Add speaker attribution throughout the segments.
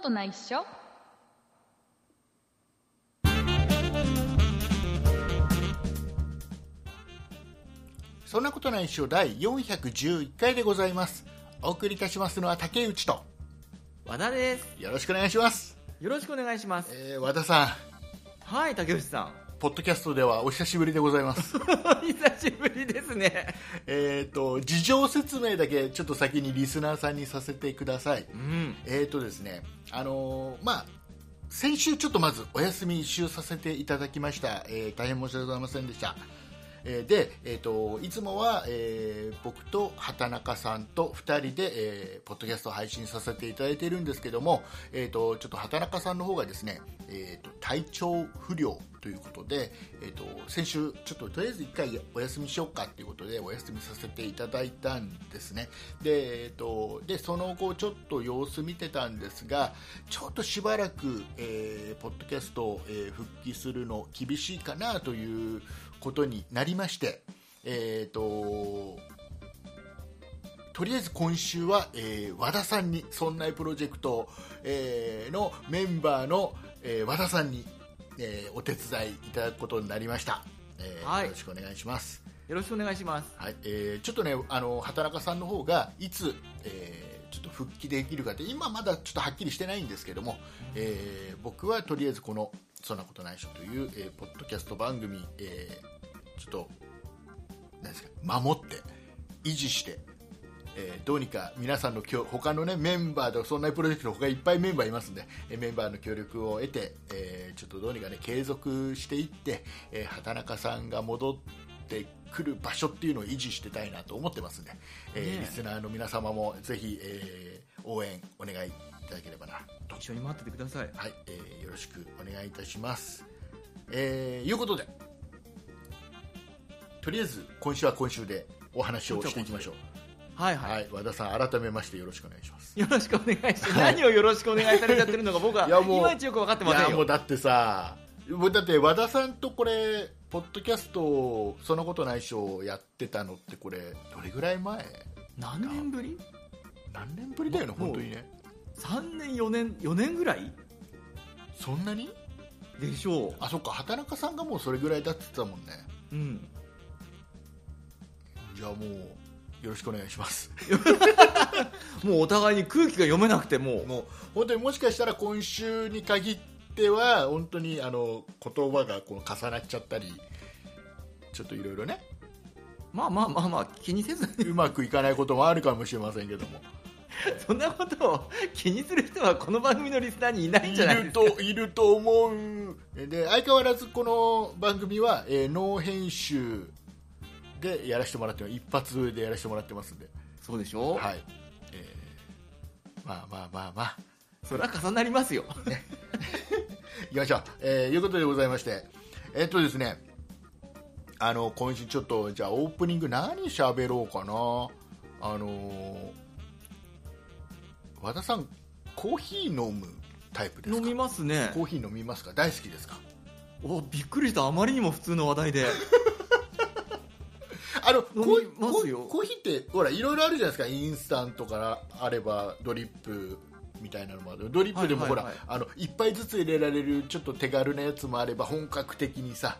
Speaker 1: と内緒
Speaker 2: そんなことないっしょ第411回でございますお送りいたしますのは竹内と
Speaker 3: 和田です
Speaker 2: よろしくお願いします、
Speaker 3: よろしくお願いします
Speaker 2: えー和田さん
Speaker 3: はい竹内さん
Speaker 2: ポッドキャストではお久しぶりでございます
Speaker 3: 久しぶりですね
Speaker 2: えっと事情説明だけちょっと先にリスナーさんにさせてください
Speaker 3: うん
Speaker 2: えっ、とですねあのーまあ先週ちょっとまずお休み一周させていただきました、えー大変申し訳ございませんでしたえーで、えー、といつもは、えー僕と畑中さんと2人で、えーポッドキャストを配信させていただいているんですけども、えー、とちょっと畑中さんの方がですね、えー、と体調不良ということで、えー、と先週ちょっととりあえず1回お休みしようかということでお休みさせていただいたんですねで,、えー、とでその後ちょっと様子見てたんですがちょっとしばらく、えーポッドキャストを、えー復帰するの厳しいかなということになりまして、えー、ととりあえず今週は、えー和田さんに「そんなプロジェクト、えーのメンバーの、えー和田さんに、えーお手伝いいただくことになりました、えー
Speaker 3: はい
Speaker 2: よろしくお願いします、
Speaker 3: よろしくお願いします
Speaker 2: はいえーちょっとねあの畑中さんの方がいつ、えーちょっと復帰できるかって今まだちょっとはっきりしてないんですけども、えー僕はとりあえずこの「そんなことないっしょ」という、えーポッドキャスト番組、えーちょっとなんですか守って維持して、えーどうにか皆さんの協他のねメンバーでそんなプロジェクト他いっぱいメンバーいますんで、えーメンバーの協力を得て、えーちょっとどうにかね継続していって、えー畑中さんが戻ってくる場所っていうのを維持してたいなと思ってますんで、えー
Speaker 3: ねえ
Speaker 2: リスナーの皆様もぜひ、えー応援お願いいただければなと
Speaker 3: 一緒に待っててください
Speaker 2: はい、えーよろしくお願いいたします。えーいうことで、とりあえず今週は今週でお話をしていきましょう。
Speaker 3: はいはい、
Speaker 2: はい、和田さん、改めましてよろしくお願いします。
Speaker 3: よろしくお願いします、
Speaker 2: はい
Speaker 3: 何をよろしくお願いされちゃってるのか僕は
Speaker 2: い
Speaker 3: い
Speaker 2: やもう
Speaker 3: まいちよく分かって
Speaker 2: い
Speaker 3: ませ
Speaker 2: や
Speaker 3: ん
Speaker 2: もう
Speaker 3: よ
Speaker 2: だってさ、もうだって和田さんとこれ、ポッドキャスト、そのことないしょやってたのって、これ、どれぐらい前
Speaker 3: 何年ぶり
Speaker 2: 何年ぶりだよね、
Speaker 3: もう
Speaker 2: 本当にね。
Speaker 3: 3年4年4年ぐらい
Speaker 2: そんなに
Speaker 3: でしょ
Speaker 2: あ、そっか、畑中さんがもうそれぐらいだって言ってたもんね。
Speaker 3: ううん
Speaker 2: じゃあもう、よろしくお願いします。
Speaker 3: もうお互いに空気が読めなくてもう
Speaker 2: もう本当にもしかしたら今週に限っては本当にあの言葉がこう重なっちゃったりちょっといろいろね
Speaker 3: まあまあまあまあ気にせず
Speaker 2: うまくいかないこともあるかもしれませんけども
Speaker 3: そんなことを気にする人はこの番組のリスナーにいないん
Speaker 2: い
Speaker 3: じゃないで
Speaker 2: る
Speaker 3: すか
Speaker 2: といると思うで相変わらずこの番組は、えー、ノー編集でやらせてもらってます一発でやらせてもらってますんで、
Speaker 3: そうでしょ、
Speaker 2: はいえーまあまあまあまあ
Speaker 3: それは重なりますよ
Speaker 2: いきましょう、えーいうことでございましてえっとですねあの今週ちょっとじゃあオープニング何喋ろうかなあのー和田さんコーヒー飲むタイプです
Speaker 3: 飲
Speaker 2: か
Speaker 3: みますね
Speaker 2: コーヒー飲みますか大好きですか
Speaker 3: おびっくりしたあまりにも普通の話題で
Speaker 2: あのコー
Speaker 3: 飲みますよ
Speaker 2: コーコーヒーってほらいろいろあるじゃないですかインスタントからあればドリップみたいなのもあるドリップでも
Speaker 3: はい
Speaker 2: ほ
Speaker 3: はい
Speaker 2: ら、
Speaker 3: はい
Speaker 2: あの一杯ずつ入れられるちょっと手軽なやつもあれば本格的にさ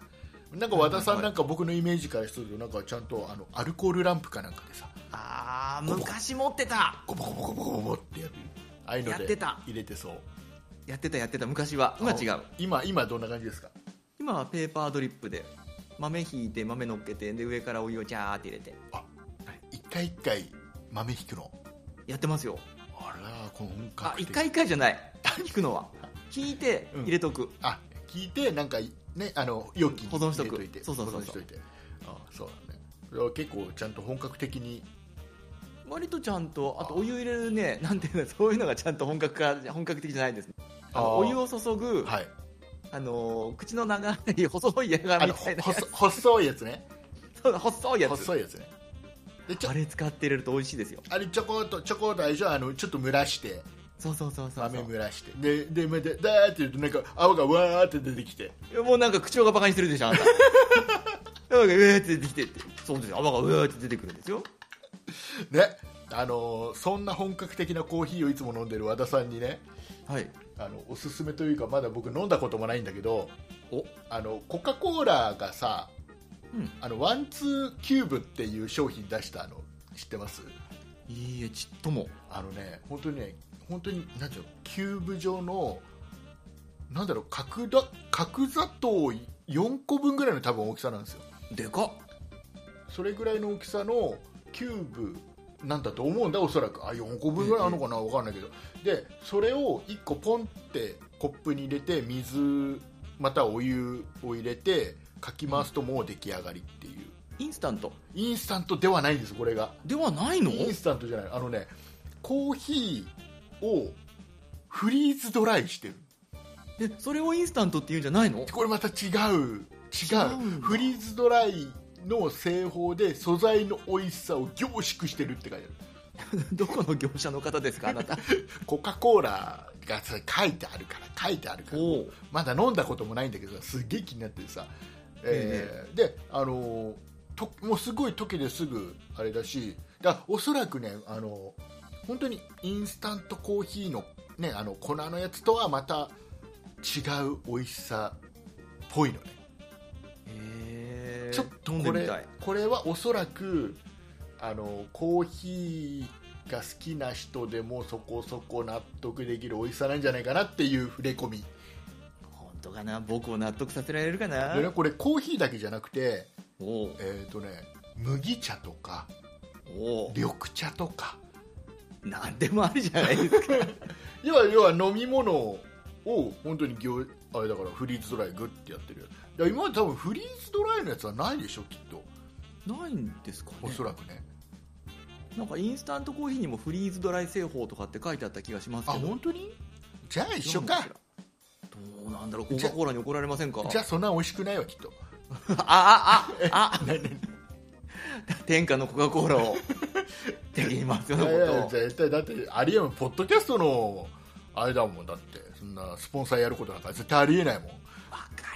Speaker 2: なんか和田さん
Speaker 3: はい
Speaker 2: な
Speaker 3: は
Speaker 2: いんか僕のイメージからするとなんかちゃんとあのアルコールランプかなんかでさ
Speaker 3: ああ昔持ってた
Speaker 2: ゴボゴボゴボゴボってやるああいうの
Speaker 3: やっ
Speaker 2: で
Speaker 3: てた
Speaker 2: 入れてそう
Speaker 3: やってたやってた昔は今違う
Speaker 2: 今今どんな感じですか
Speaker 3: 今はペーパードリップで豆ひいて豆乗っけてで上からお湯をジャーって入れて
Speaker 2: 一回一回豆引くの
Speaker 3: やってますよ
Speaker 2: あらこの本
Speaker 3: あ
Speaker 2: 格的
Speaker 3: 一回一回じゃない引くのは引いて
Speaker 2: うん
Speaker 3: 入れとく、
Speaker 2: あ聞いてなんかねあの容器に
Speaker 3: 保存しとく
Speaker 2: 入れいて
Speaker 3: そうそうそうそう
Speaker 2: 保存しといてあそうだねそれは結構ちゃんと本格的に
Speaker 3: 割とちゃんとあとお湯入れるねなんていうのそういうのがちゃんと本格化本格的じゃないですね
Speaker 2: あー
Speaker 3: あのお湯を注ぐ、
Speaker 2: はい
Speaker 3: あのー口の長い細い矢が
Speaker 2: あ
Speaker 3: み
Speaker 2: の
Speaker 3: た
Speaker 2: ほ
Speaker 3: いな
Speaker 2: 細細いやつね
Speaker 3: そう細いやつ
Speaker 2: 細いやつねでちょ
Speaker 3: あれ使って入れると美味しいですよ
Speaker 2: あれちょこっとちょこっとあれでしょあのちょっと蒸らして
Speaker 3: そうそうそうそう
Speaker 2: 豆蒸らしてででででだーって言うとなんか泡がわーって出てきて
Speaker 3: いやもうなんか口調がバカにしてるでし ょあんたなんかうえーって出てきてってそうですよ泡がうえーって出てくるんですよ
Speaker 2: ねあのそんな本格的なコーヒーをいつも飲んでる和田さんにね
Speaker 3: はい。
Speaker 2: あのおすすめというかまだ僕飲んだこともないんだけど
Speaker 3: お、
Speaker 2: あのコカ・コーラがさ
Speaker 3: うん。
Speaker 2: あのワンツーキューブっていう商品出したの知ってます
Speaker 3: いいえ、ちっとも。
Speaker 2: あのね本当にね本当になんていうのキューブ状のなんだろう角だ角砂糖4個分ぐらいの多分大きさなんですよ
Speaker 3: でかっ。
Speaker 2: それぐらいの大きさのキューブなんだと思うんだおそらくあ4個分ぐらいあるのかな分かんないけどでそれを1個ポンってコップに入れて水またはお湯を入れてかき回すともう出来上がりっていう
Speaker 3: インスタント
Speaker 2: インスタントではないんですこれが
Speaker 3: ではないの
Speaker 2: インスタントじゃないあのねコーヒーをフリーズドライしてる
Speaker 3: え、それをインスタントって言うんじゃないの
Speaker 2: これまた違う違う
Speaker 3: うんだ
Speaker 2: フリーズドライの製法で素材の美味しさを凝縮してるって書いてある
Speaker 3: どこの業者の方ですかあな た。
Speaker 2: コカ・コーラがさ書いてあるから書いてあるから
Speaker 3: おう
Speaker 2: まだ飲んだこともないんだけどさすげえ気になっててさ、えーであのーともうすごい溶けですぐあれだしだからおそらくねあのー本当にインスタントコーヒーの,、ね、あの粉のやつとはまた違う美味しさっぽいのね、
Speaker 3: へー
Speaker 2: ちょっとこれこれはおそらくあのコーヒーが好きな人でもそこそこ納得できる美味しさなんじゃないかなっていう触れ込み
Speaker 3: 本当かな僕を納得させられるかな
Speaker 2: でねこれコーヒーだけじゃなくて
Speaker 3: おう
Speaker 2: えーとね、麦茶とか
Speaker 3: おう
Speaker 2: 緑茶とか
Speaker 3: なんでもありじゃないですか
Speaker 2: 要は要は飲み物を本当に行あれだからフリーズドライグッてやってるよいや今まで多分フリーズドライのやつはないでしょきっと
Speaker 3: ないんですかね
Speaker 2: おそらくね
Speaker 3: なんかインスタントコーヒーにもフリーズドライ製法とかって書いてあった気がします
Speaker 2: あ
Speaker 3: けど
Speaker 2: 本当にじゃあ一緒か
Speaker 3: どうなんだろうコカ・コーラに怒られませんか
Speaker 2: じゃあそんな美味しくないわきっと
Speaker 3: ああああ天下のコカ・コーラを敵に回すようない
Speaker 2: やいや
Speaker 3: ことを
Speaker 2: 絶対だってありえんポッドキャストのあれだもんだってそんなスポンサーやることなんか絶対ありえないもん
Speaker 3: わか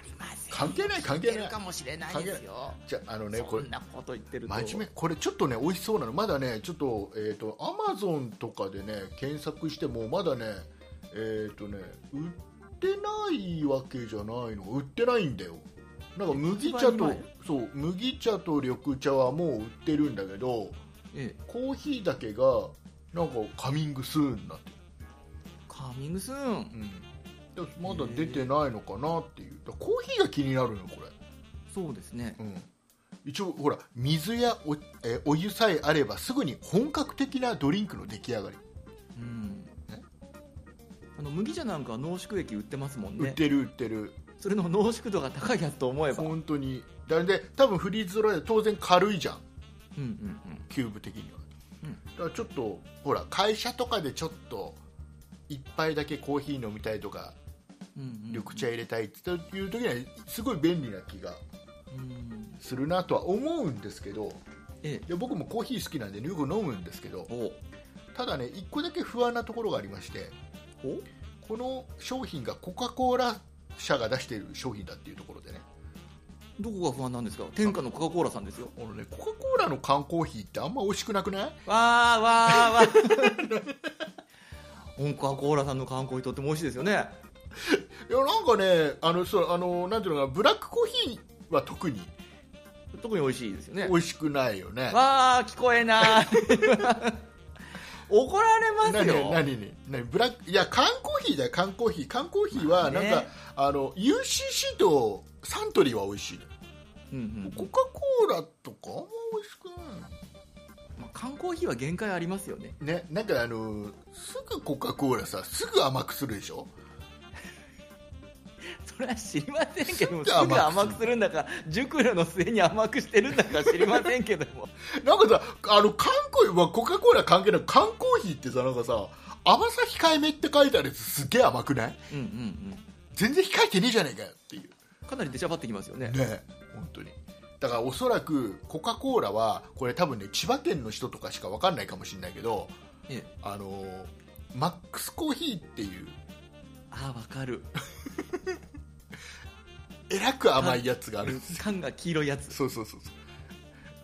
Speaker 3: りません
Speaker 2: 関係ない関係ない
Speaker 3: 聞てるかもしれないですよ
Speaker 2: じゃああのねこ
Speaker 3: そ
Speaker 2: れ
Speaker 3: んなこと言ってると
Speaker 2: 真面目これちょっとね美味しそうなのまだねちょっとえっ、とアマゾンとかでね検索してもまだねえっ、とね売ってないわけじゃないの売ってないんだよなんか麦茶
Speaker 3: 一
Speaker 2: と
Speaker 3: 番前
Speaker 2: そう麦茶と緑茶はもう売ってるんだけど
Speaker 3: ええ
Speaker 2: コーヒーだけがなんかカミングスーンになって
Speaker 3: カーミングスーン
Speaker 2: る、でまだ出てないのかなっていうだからコーヒーが気になるのよこれ
Speaker 3: そうですね
Speaker 2: うん、一応ほら水やお,、えーお湯さえあればすぐに本格的なドリンクの出来上がり、
Speaker 3: うん
Speaker 2: ね
Speaker 3: あの麦茶なんかは濃縮液売ってますもん
Speaker 2: 売っ
Speaker 3: ね
Speaker 2: てる売ってる
Speaker 3: それの濃縮度が高いやつと思えばうん
Speaker 2: 本当にだで多分フリーズドライは当然軽いじゃん
Speaker 3: うんうん
Speaker 2: キューブ的には、
Speaker 3: うん
Speaker 2: だからちょっとほら会社とかでちょっと一杯だけコーヒー飲みたいとか
Speaker 3: うんうんうん
Speaker 2: 緑茶入れたいっていう時にはすごい便利な気が
Speaker 3: うん
Speaker 2: するなとは思うんですけど
Speaker 3: ええ
Speaker 2: いや僕もコーヒー好きなんでよく飲むんですけど
Speaker 3: おう
Speaker 2: ただね一個だけ不安なところがありまして
Speaker 3: おう
Speaker 2: この商品がコカ・コーラ社が出している商品だっていうところでね
Speaker 3: どこが不安なんですか天下のコカ・コーラさんですよ
Speaker 2: あのねコカ・コーラの缶コーヒーってあんま美味しくなくない
Speaker 3: わーわーわ ーうんコカ・コーラさんの缶コーヒーとっても美味しいですよね
Speaker 2: いやなんかねあのそうあのなんていうのかなブラックコーヒーは特に
Speaker 3: 特に美味しいですよね
Speaker 2: 美味しくないよね
Speaker 3: わあ聞こえない 怒られます
Speaker 2: 何
Speaker 3: よ
Speaker 2: 何に何ブラックいや缶コーヒーだよ缶コーヒー缶コーヒーは
Speaker 3: ま
Speaker 2: な
Speaker 3: あ
Speaker 2: ん
Speaker 3: ね
Speaker 2: か、あの UCC とサントリーは美味しいの
Speaker 3: うんうん
Speaker 2: コカ・コーラとかあんま美味しくない
Speaker 3: まあ缶コーヒーは限界ありますよね
Speaker 2: ね、なんかあのすぐコカ・コーラさすぐ甘くするでしょ
Speaker 3: それは知りませんけども
Speaker 2: す
Speaker 3: す
Speaker 2: ぐ甘くする
Speaker 3: ぐ甘くするんだか熟慮の末に甘くしてるんだか知りませんけども
Speaker 2: なんかさ、あの、缶コーヒー、まあコカ・コーラ関係ない缶コーヒーってさ、なんかさ、甘さ控えめって書いてあるやつすげえ甘くない
Speaker 3: うんうんうん
Speaker 2: 全然控えてねえじゃねえかよっていう。
Speaker 3: かなり出しゃばってきますよね
Speaker 2: ねえ本当に。だからおそらくコカ・コーラは、これ多分ね、千葉県の人とかしかわかんないかもしれないけど、
Speaker 3: ええ
Speaker 2: あのーマックスコーヒーっていう、
Speaker 3: ああわかる
Speaker 2: えらく甘いやつがあるんですよ。
Speaker 3: 缶が黄色いやつ
Speaker 2: そうそうそうそう。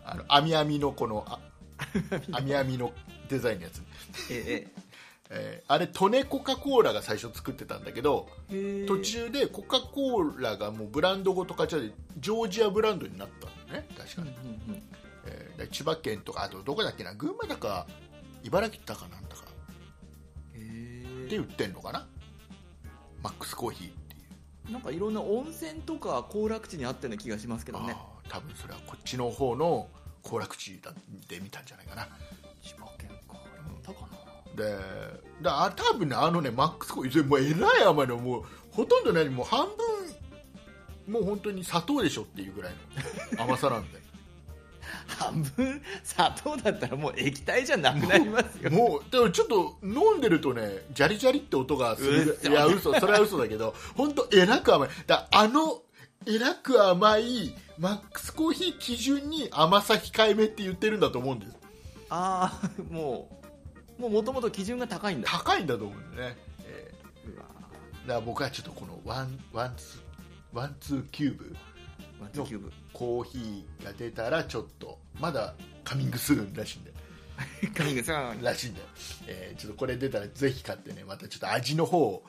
Speaker 2: あの、網網のこの、あ網網のデザインのやつ、
Speaker 3: え
Speaker 2: えーあれトネコカ・コーラが最初作ってたんだけど
Speaker 3: えへえ
Speaker 2: 途中でコカ・コーラがもうブランドごと買っちゃってジョージアブランドになったのね確か
Speaker 3: うん
Speaker 2: に
Speaker 3: う、んうん
Speaker 2: えーで千葉県とかあとどこだっけな群馬だか茨城だかなんだか
Speaker 3: へ
Speaker 2: で売ってんのかなマックスコーヒーっていう
Speaker 3: えなんかいろんな温泉とか行楽地にあったような気がしますけどね
Speaker 2: あー多分それはこっちの方の行楽地だで見たんじゃないかな
Speaker 3: 千葉県か
Speaker 2: ん
Speaker 3: たかな
Speaker 2: でだあ多分ねあのねマックスコーヒーもうえらい甘いのもうほとんど何もう半分もう本当に砂糖でしょっていうぐらいの甘さなん で
Speaker 3: 半分砂糖だったらもう液体じゃなくなります よ
Speaker 2: もうでもちょっと飲んでるとねジャリジャリって音がする
Speaker 3: 嘘
Speaker 2: いや嘘それは嘘だけど本当えらく甘いだあのえらく甘いマックスコーヒー基準に甘さ控えめって言ってるんだと思うんです
Speaker 3: ああもうもうもともと基準が高いんだ
Speaker 2: 高いんだと思うんだよね、えー
Speaker 3: うわ
Speaker 2: だから僕はちょっとこのワンワンツーワンツーキューブ
Speaker 3: ーワンツーキューブ
Speaker 2: コーヒーが出たらちょっとまだカミングスーンらしいんだよ
Speaker 3: 神がさ
Speaker 2: らしいんだよ、えーちょっとこれ出たらぜひ買ってねまたちょっと味の方を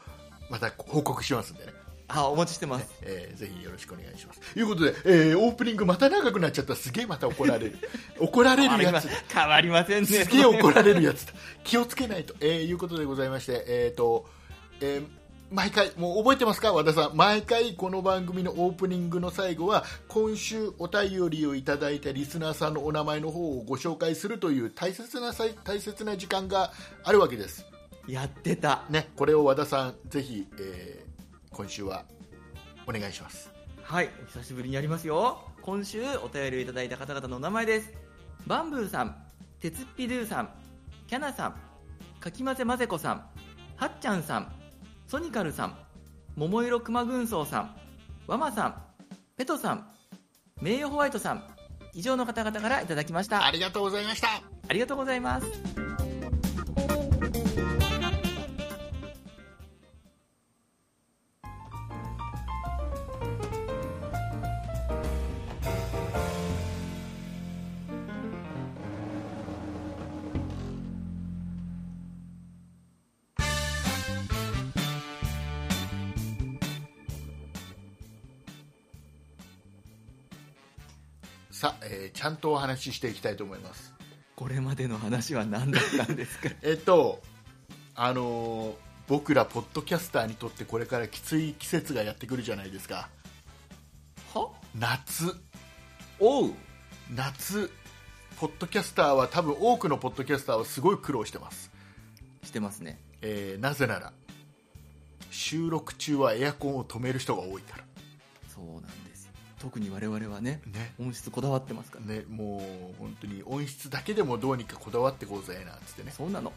Speaker 2: また報告しますんでね、
Speaker 3: あお待ちしてます
Speaker 2: えーぜひよろしくお願いしますということで、えーオープニングまた長くなっちゃったすげえまた怒られる怒られ
Speaker 3: 変わ
Speaker 2: る
Speaker 3: り
Speaker 2: や
Speaker 3: ま
Speaker 2: つ
Speaker 3: 変わりませんね
Speaker 2: すげえ怒られるやつだ気をつけないと、えーいうことでございまして、えーとえー毎回もう覚えてますか和田さん毎回この番組のオープニングの最後は今週お便りをいただいたリスナーさんのお名前の方をご紹介するという大切なさい大切な時間があるわけです、
Speaker 3: やってた
Speaker 2: ね、これを和田さんぜひ、えー今週はお願いします
Speaker 3: はいお久しぶりにやりますよ今週お便りをいただいた方々のお名前ですバンブーさん鉄っぴドゥさんキャナさんかきまぜまぜこさんはっちゃんさんソニカルさん桃色くま軍曹さんワマさんペトさん名誉ホワイトさん以上の方々からいただきました
Speaker 2: ありがとうございました
Speaker 3: ありがとうございます
Speaker 2: さあ、えーちゃんとお話ししていきたいと思います
Speaker 3: これまでの話は何だったんですか
Speaker 2: えっと、あのー僕らポッドキャスターにとってこれからきつい季節がやってくるじゃないですか
Speaker 3: は
Speaker 2: 夏
Speaker 3: おう
Speaker 2: 夏ポッドキャスターは多分多くのポッドキャスターはすごい苦労してます、
Speaker 3: してますね
Speaker 2: えーなぜなら収録中はエアコンを止める人が多いか
Speaker 3: そうなんですよ特に我々はね
Speaker 2: らね
Speaker 3: 音質こだわってますから
Speaker 2: ねもう本当に音質だけでもどうにかこだわってこうぜなんつってね
Speaker 3: そうなの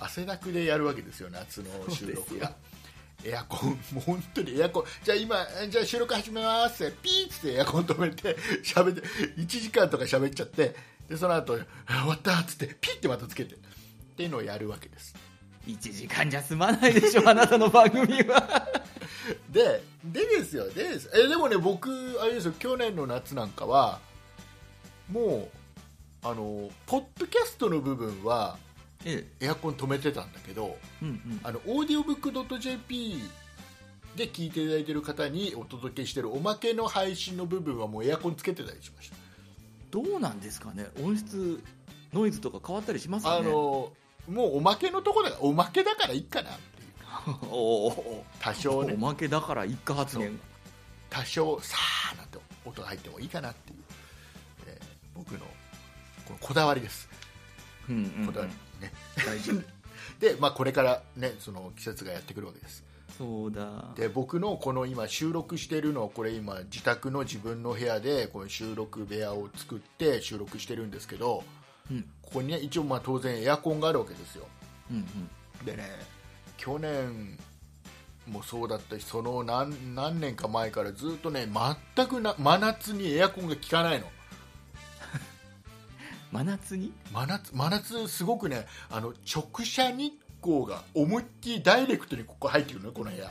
Speaker 2: 汗だくでやるわけですよ夏の収
Speaker 3: そう
Speaker 2: 録
Speaker 3: ですよ
Speaker 2: がエアコンもう本当にエアコンじゃあ今えじゃあ収録始めますってピーッつってエアコン止めて喋って1時間とか喋っちゃってでその後あ終わったっつってピッてまたつけてっていうのをやるわけです
Speaker 3: 1時間じゃ済まないでしょあなたの番組は
Speaker 2: ででですよでですえでもね僕あれですよ去年の夏なんかはもうあのポッドキャストの部分は
Speaker 3: え
Speaker 2: エアコン止めてたんだけど
Speaker 3: えうんうん
Speaker 2: あのオーディオブックドット JP で聞いていただいている方にお届けしているおまけの配信の部分はもうエアコンつけてたりしまし
Speaker 3: どうなんですかね音質ノイズとか変わったりします
Speaker 2: た、
Speaker 3: か
Speaker 2: あ
Speaker 3: ね
Speaker 2: のもうおまけのところだからおまけだからいいかなっていう
Speaker 3: おお
Speaker 2: 多少
Speaker 3: お
Speaker 2: ね
Speaker 3: まけだから一過発言
Speaker 2: 多少さあなんて音が入ってもいいかなっていう、えー僕のこのこだわりです
Speaker 3: うんうんう
Speaker 2: こだわ
Speaker 3: ん
Speaker 2: り、ね
Speaker 3: 大丈夫
Speaker 2: で、まあ、これからねその季節がやってくるわけです
Speaker 3: そうだ
Speaker 2: で僕のこの今収録してるのはこれ今自宅の自分の部屋でこの収録部屋を作って収録してるんですけど
Speaker 3: うん
Speaker 2: ここにね一応まあ当然エアコンがあるわけですよ
Speaker 3: うんうん
Speaker 2: でね去年もそうだったしその何何年か前からずっとね全くな真夏にエアコンが効かないの
Speaker 3: 真夏に
Speaker 2: 真夏真夏すごくねあの直射日光が思いっきりダイレクトにここ入ってくるのよこの部屋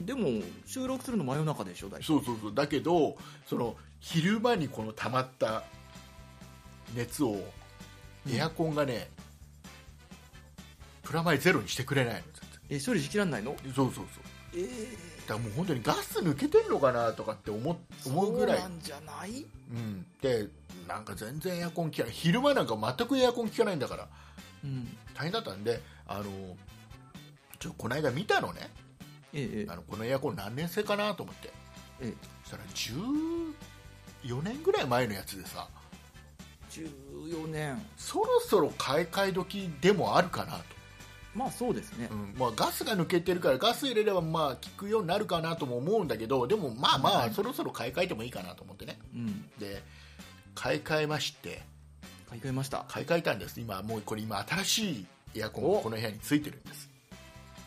Speaker 3: でも収録するの真夜中でしょ大丈
Speaker 2: そうそうそうだけどその昼間にこの溜まった熱をエアコンがね、プラマイゼロにしてくれないの全
Speaker 3: え処理しきらんないの
Speaker 2: 然そうそうそう
Speaker 3: え
Speaker 2: だからもう本当にガス抜けてるのかなとかって思思うぐらい
Speaker 3: んじゃない
Speaker 2: うん、でなんか全然エアコン効かない昼間なんか全くエアコン効かないんだから
Speaker 3: うん
Speaker 2: 大変だったんであのちょこの間見たのね
Speaker 3: ええ
Speaker 2: あのこのエアコン何年生かなと思って
Speaker 3: ええ
Speaker 2: そしたら14年ぐらい前のやつでさ
Speaker 3: 14年
Speaker 2: そろそろ買い替え時でもあるかなと、
Speaker 3: まあそうですね
Speaker 2: うんまあ、ガスが抜けてるからガス入れればまあ効くようになるかなとも思うんだけどでもまあま
Speaker 3: は
Speaker 2: あ
Speaker 3: い
Speaker 2: そろそろ買い替えてもいいかなと思ってね
Speaker 3: うん
Speaker 2: で買い替えまして
Speaker 3: 買い替えました
Speaker 2: 買い替えたんです今もうこれ今新しいエアコンが
Speaker 3: お
Speaker 2: この部屋についてるんです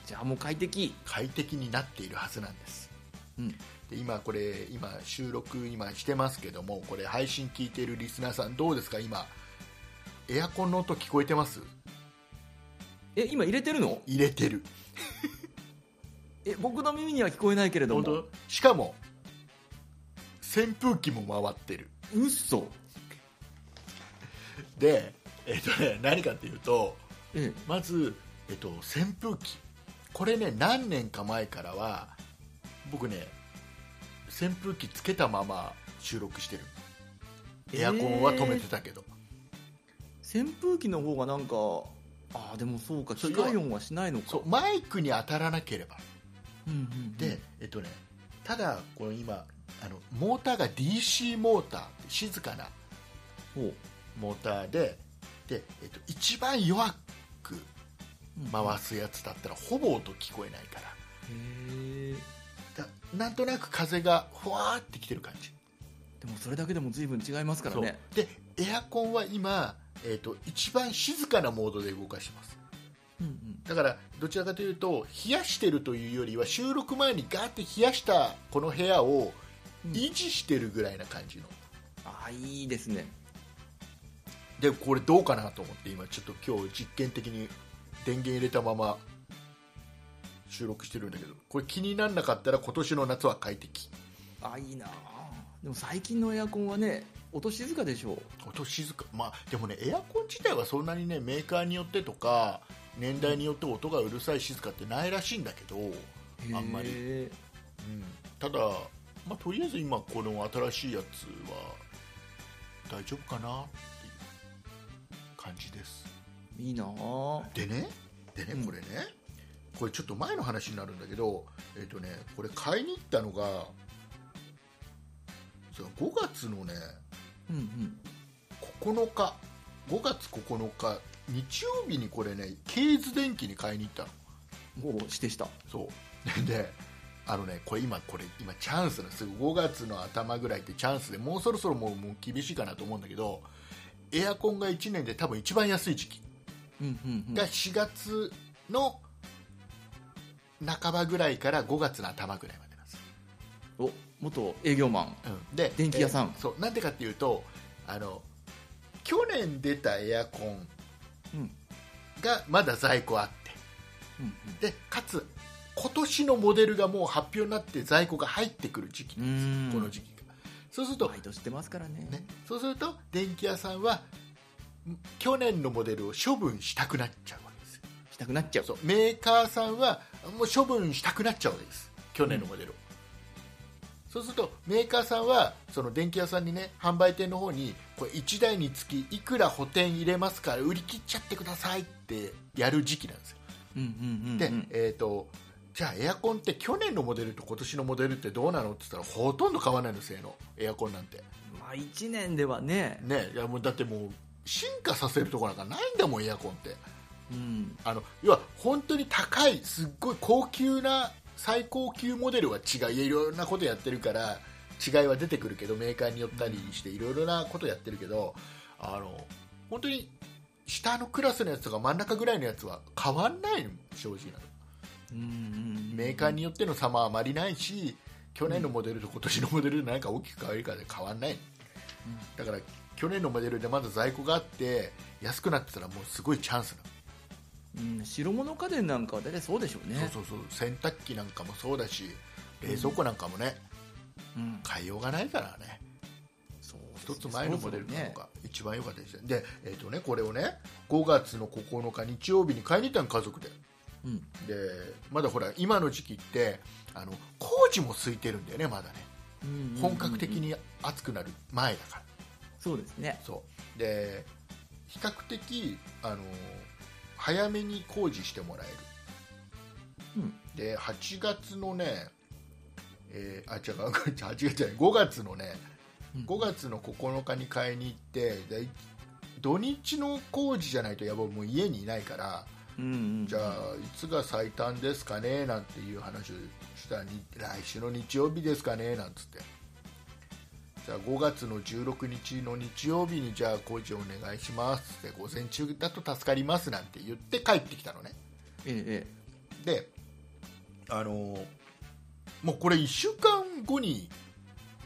Speaker 3: じゃあもう快適
Speaker 2: 快適になっているはずなんです
Speaker 3: うん
Speaker 2: で今これ今収録今してますけどもこれ配信聞いてるリスナーさんどうですか今エアコンの音聞こえてます
Speaker 3: え今入れてるの
Speaker 2: 入れてる
Speaker 3: え僕の耳には聞こえないけれども
Speaker 2: 本当しかも扇風機も回ってる
Speaker 3: うっそ
Speaker 2: で、えっとね、何かっていうと
Speaker 3: え
Speaker 2: まず、えっと、扇風機これね何年か前からは僕ね扇風機つけたまま収録してるエアコンは止めてたけど、
Speaker 3: え扇風機の方がなんかああでもそうか
Speaker 2: そう
Speaker 3: 機械音はしないのか
Speaker 2: そうマイクに当たらなければ
Speaker 3: うんうんうん
Speaker 2: で、えっとねただこの今あのモーターが DC モーターって静かな
Speaker 3: ほう
Speaker 2: モーターでで、えっと、一番弱く
Speaker 3: うん
Speaker 2: 回すやつだったらほぼ音聞こえないから
Speaker 3: へえ
Speaker 2: だなんとなく風がふわーってきてる感じ
Speaker 3: でもそれだけでも随分違いますからね
Speaker 2: そうでエアコンは今、えー、と一番静かなモードで動かしてます
Speaker 3: うんうん
Speaker 2: だからどちらかというと冷やしてるというよりは収録前にガーって冷やしたこの部屋を
Speaker 3: うん
Speaker 2: 維持してるぐらいな感じの、
Speaker 3: ああいいですね
Speaker 2: でこれどうかなと思って今ちょっと今日実験的に電源入れたまま収録してるんだけどこれ気にならなかったら今年の夏は快適
Speaker 3: あいいなでも最近のエアコンはね音静かでしょう
Speaker 2: 音静かまあでもねエアコン自体はそんなにねメーカーによってとか年代によって音がうるさい静かってないらしいんだけど、うん、あんまり
Speaker 3: り
Speaker 2: ただ、まあ、とりあえず今この新しいやつは大丈夫かなっていう感じです
Speaker 3: いいな
Speaker 2: でねで
Speaker 3: う
Speaker 2: ね
Speaker 3: ん
Speaker 2: これね、これちょっと前の話になるんだけどえっ、とねこれ買いに行ったのがそう5月のね
Speaker 3: うんうん
Speaker 2: 9日5月9日日曜日にこれねケーズ電機に買いに行ったの
Speaker 3: もう指定した
Speaker 2: そう でであのねこれ今これ今チャンスなんですよ5月の頭ぐらいってチャンスでもうそろそろもうもう厳しいかなと思うんだけどエアコンが1年で多分一番安い時期
Speaker 3: うんうんうん
Speaker 2: が4月の半ばぐらいから5月の頭ぐらいまでなんですよ、
Speaker 3: お元営業マン
Speaker 2: うん、で
Speaker 3: 電気屋さん
Speaker 2: えーそうなんでかっていうとあの去年出たエアコン
Speaker 3: うん
Speaker 2: がまだ在庫あって
Speaker 3: うん
Speaker 2: でかつ今年のモデルがもう発表になって在庫が入ってくる時期
Speaker 3: う
Speaker 2: なん
Speaker 3: ん
Speaker 2: ですこの時期がそうすると、
Speaker 3: 毎年出ますからね
Speaker 2: ね、そうすると電気屋さんはん去年のモデルを処分したくなっちゃうわけですよ
Speaker 3: したくなっちゃう
Speaker 2: そうメーカーさんはもう処分したくなっちゃうわけです去年のモデルを、そうするとメーカーさんはその電気屋さんにね販売店の方にこれ1台につきいくら補填入れますから売り切っちゃってくださいってやる時期なんですよ
Speaker 3: うんうんうんうん
Speaker 2: で、えー、とじゃあエアコンって去年のモデルと今年のモデルってどうなのって言ったらほとんど変わらないの性能エアコンなんて
Speaker 3: まあ1年ではね
Speaker 2: ねいやもうだってもう進化させるとこなんかないんだもんエアコンって
Speaker 3: うん
Speaker 2: あの要は本当に高いすっごい高級な最高級モデルは違いいろんなことやってるから違いは出てくるけどメーカーによったりしていろいろなことやってるけどあの本当に下のクラスのやつとか真ん中ぐらいのやつは変わんないの正直なの
Speaker 3: うんうん
Speaker 2: メーカーによっての差もあまりないし去年のモデルと今年のモデルで何か大きく変わるかで変わらない、だから去年のモデルでまだ在庫があって安くなってたらもうすごいチャンス
Speaker 3: うん白物家電なんかは大体そうでしょう
Speaker 2: な
Speaker 3: ね
Speaker 2: の、そうそうそう洗濯機なんかもそうだし冷蔵庫なんかもね
Speaker 3: うん
Speaker 2: 買いようがないからね
Speaker 3: そう
Speaker 2: 一つ前のモデルなのか、一番良かったですねで、えーとね、これをね5月の9日日曜日に買いに行ったの家族で
Speaker 3: うん、
Speaker 2: でまだほら今の時期ってあの工事も空いてるんだよねまだね
Speaker 3: うんうんうんうん
Speaker 2: 本格的に暑くなる前だから、
Speaker 3: そうですね
Speaker 2: そうで比較的あの早めに工事してもらえる、
Speaker 3: うん
Speaker 2: で8月のね、えーあ違う 8月じゃない5月のね
Speaker 3: うん
Speaker 2: 5月の9日に買いに行ってで土日の工事じゃないとやばいもう家にいないから
Speaker 3: うんうん
Speaker 2: じゃあいつが最短ですかねなんていう話をしたらに来週の日曜日ですかねなんつってじゃあ5月の16日の日曜日にじゃあ工事お願いしますって午前中だと助かりますなんて言って帰ってきたのね
Speaker 3: えええ
Speaker 2: であのーもうこれ1週間後に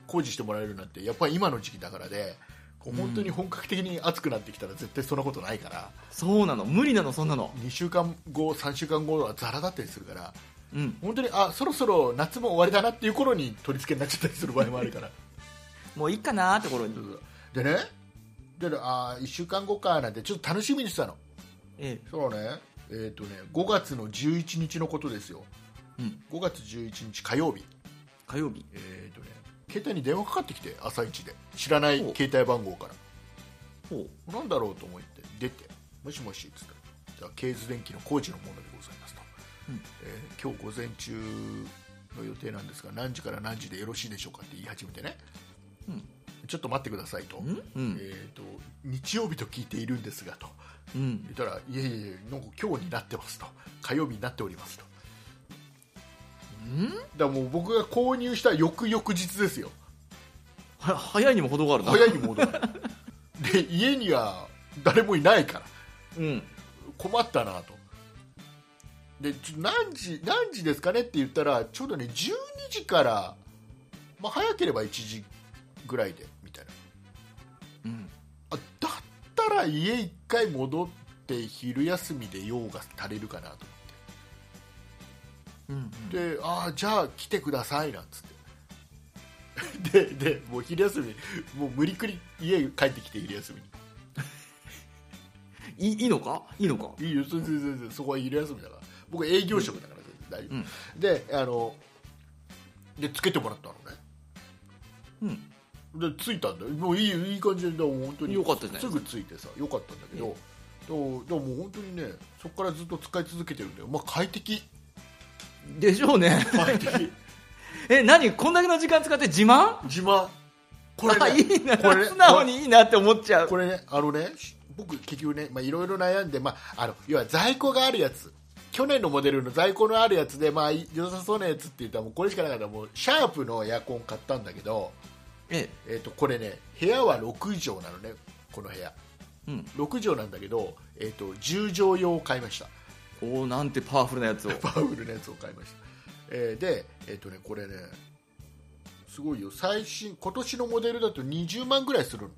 Speaker 2: 工事してもらえるなんてやっぱり今の時期だからでこう本当に本格的に暑くなってきたら絶対そんなことないから、
Speaker 3: えそうなの無理なのそんなの
Speaker 2: 2週間後3週間後はザラだったりするから
Speaker 3: うん
Speaker 2: 本当にあそろそろ夏も終わりだなっていう頃に取り付けになっちゃったりする場合もあるから
Speaker 3: もういいかなーって頃に
Speaker 2: でねでねあ1週間後かなんてちょっと楽しみにしてたの
Speaker 3: え
Speaker 2: そのねえっ、とね5月の11日のことですよ
Speaker 3: えうん
Speaker 2: 5月11日火曜日
Speaker 3: 火曜日
Speaker 2: えっ、とね携帯に電話かかってきて朝一で知らない携帯番号か
Speaker 3: ほ
Speaker 2: らなんだろうと思って出てもしもしっつってじゃあ経図電機の工事のものでございますと、
Speaker 3: うん
Speaker 2: えー今日午前中の予定なんですが何時から何時でよろしいでしょうかって言い始めてね
Speaker 3: ううん
Speaker 2: ちょっと待ってくださいと,、
Speaker 3: うんうん
Speaker 2: えー、と日曜日と聞いているんですがと
Speaker 3: うん
Speaker 2: 言ったらいえいえいえなんか今日になってますと火曜日になっておりますと
Speaker 3: うん
Speaker 2: だからもう僕が購入した翌々日ですよ
Speaker 3: は早いにも程があるな
Speaker 2: 早いに戻らないで家には誰もいないから
Speaker 3: うん
Speaker 2: 困ったなとでちょ何時何時ですかねって言ったらちょうどね12時から、まあ、早ければ1時ぐらいでみたいな
Speaker 3: うん
Speaker 2: あだったら家一回戻って昼休みで用が足りるかなと
Speaker 3: うん
Speaker 2: 思って、でああじゃあ来てくださいなんつって ででもう昼休みもう無理くり家帰ってきて昼休み
Speaker 3: いいいのかいいのか
Speaker 2: にいいよ全然全然そこは昼休みだから僕営業職だから全然大丈夫、であのでつけてもらったのね
Speaker 3: うん
Speaker 2: で着いたんだよもういいよいい感じでだからもう本当に
Speaker 3: よかったじゃないです
Speaker 2: すぐ着いてさよかったんだけど、でもでももう本当にねそこからずっと使い続けてるんだよ、まあ、快 適
Speaker 3: でしょうね
Speaker 2: 快適
Speaker 3: え何こんだけの時間使って自慢
Speaker 2: 自慢これ
Speaker 3: あ
Speaker 2: ね
Speaker 3: いいな
Speaker 2: これね
Speaker 3: 素直にいいなって思っちゃう
Speaker 2: これねあのねし僕結局ねまあいろいろ悩んで、まあ、あの要は在庫があるやつ去年のモデルの在庫のあるやつで、まあ、い良さそうなやつって言ったらもうこれしかなかったらもうシャープのエアコン買ったんだけど、
Speaker 3: え
Speaker 2: えっとこれね部屋は6畳なのねこの部屋
Speaker 3: えうん
Speaker 2: 6畳なんだけど、えっと10畳用を買いました
Speaker 3: おおなんてパワフルなやつを
Speaker 2: パワフルなやつを買いました、えーでえっ、とねこれねすごいよ最新今年のモデルだと20万ぐらいするの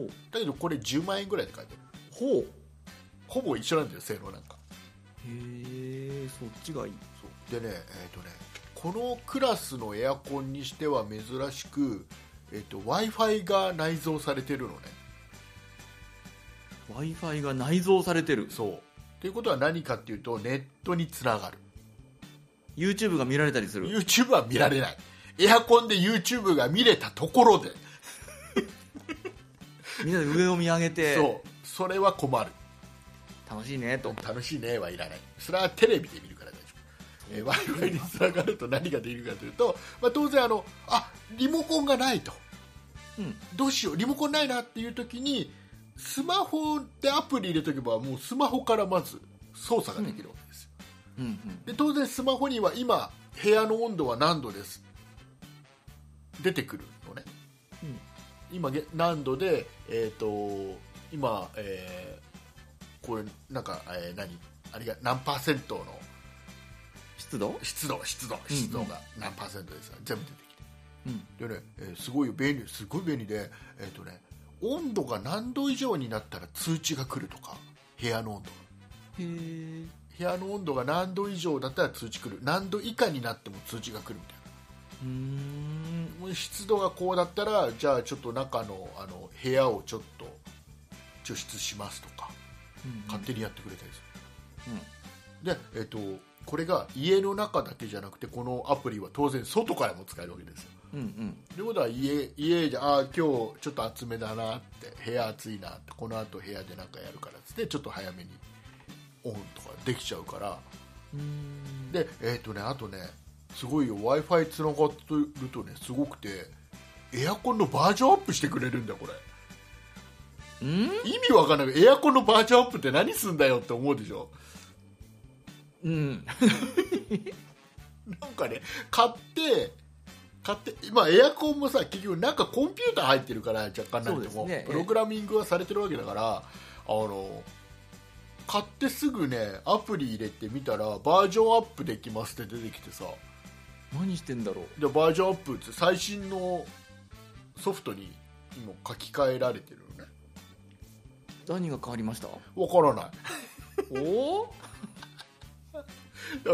Speaker 3: おお
Speaker 2: だけどこれ10万円ぐらいで買えてる
Speaker 3: ほう
Speaker 2: ほぼ一緒なんだよ性能なんか
Speaker 3: へえそっちがいい
Speaker 2: そうでねえっ、とねこのクラスのエアコンにしては珍しく、えっと w i f i が内蔵されてるのね
Speaker 3: w i f i が内蔵されてる
Speaker 2: そうということは何かっていうとネットにつながる
Speaker 3: YouTube が見られたりする
Speaker 2: YouTube は見られないエアコンで YouTube が見れたところで、
Speaker 3: みんなで上を見上げて
Speaker 2: そうそれは困る
Speaker 3: 楽しいねと
Speaker 2: 楽しいねはいらないそれはテレビで見るから大丈夫、えー、w i f i につながると何ができるかというと、まあ、当然あのあリモコンがないと
Speaker 3: うん
Speaker 2: どうしようリモコンないなっていう時にスマホでアプリ入れとけばもうスマホからまず操作ができるわけですよ、
Speaker 3: うんうん
Speaker 2: で当然スマホには今部屋の温度は何度です出てくるのね、今げ何度でえっ、と今、えーこれなんか、えー何あれが何パーセントの
Speaker 3: 湿度
Speaker 2: 湿度湿度湿度が何パーセントですか、全部出てきて
Speaker 3: うん
Speaker 2: でね、えーすごい便利すごい便利で、えーとね、温度が何度以上になったら通知が来るとか部屋の温度が
Speaker 3: へえ
Speaker 2: 部屋の温度が何度以上だったら通知来る何度以下になっても通知が来るみたいう
Speaker 3: ーん
Speaker 2: なも湿度がこうだったらじゃあちょっと中のあの部屋をちょっと除湿しますとか勝手にやってくれたりする、で、えっとこれが家の中だけじゃなくてこのアプリは当然外からも使えるわけですよ
Speaker 3: うんうん
Speaker 2: ということは家家でああ今日ちょっと暑めだなって部屋暑いなってこのあと部屋でなんかやるからっつってちょっと早めにオンとかできちゃうから
Speaker 3: うん
Speaker 2: でえっ、とねあとねすごいよ w i f i つながってるとねすごくてエアコンのバージョンアップしてくれるんだよこれ
Speaker 3: うん
Speaker 2: 意味わかんないエアコンのバージョンアップって何すんだよって思うでしょ
Speaker 3: うん
Speaker 2: なんかね買って買ってまあエアコンもさ結局中コンピューター入ってるから若干なりと
Speaker 3: そ
Speaker 2: も、
Speaker 3: うですね
Speaker 2: プログラミングはされてるわけだからあの買ってすぐねアプリ入れてみたらバージョンアップできますって出てきてさ
Speaker 3: 何してんだろう
Speaker 2: でバージョンアップって最新のソフトに今書き換えられてるのね
Speaker 3: 何が変わりました
Speaker 2: わからない
Speaker 3: おお
Speaker 2: だか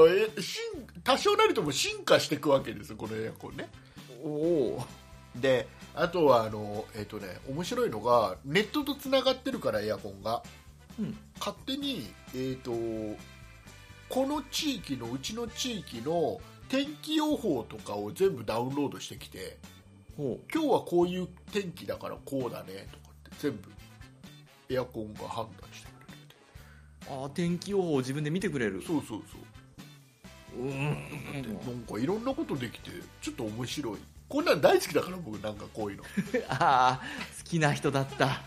Speaker 2: らえ進多少なりとも進化していくわけですよこのエアコンね
Speaker 3: おお
Speaker 2: であとはあの、えっとね、面白いのがネットとつながってるからエアコンが
Speaker 3: うん
Speaker 2: 勝手に、えっとこの地域のうちの地域の天気予報とかを全部ダウンロードしてきて
Speaker 3: ほ
Speaker 2: 今日はこういう天気だからこうだねとかって全部エアコンが判断してくれるって
Speaker 3: うあー天気予報を自分で見てくれる
Speaker 2: そうそうそう
Speaker 3: うん
Speaker 2: でなんかいろんなことできてちょっと面白いこんなん大好きだから僕なんかこういうの
Speaker 3: ああ好きな人だった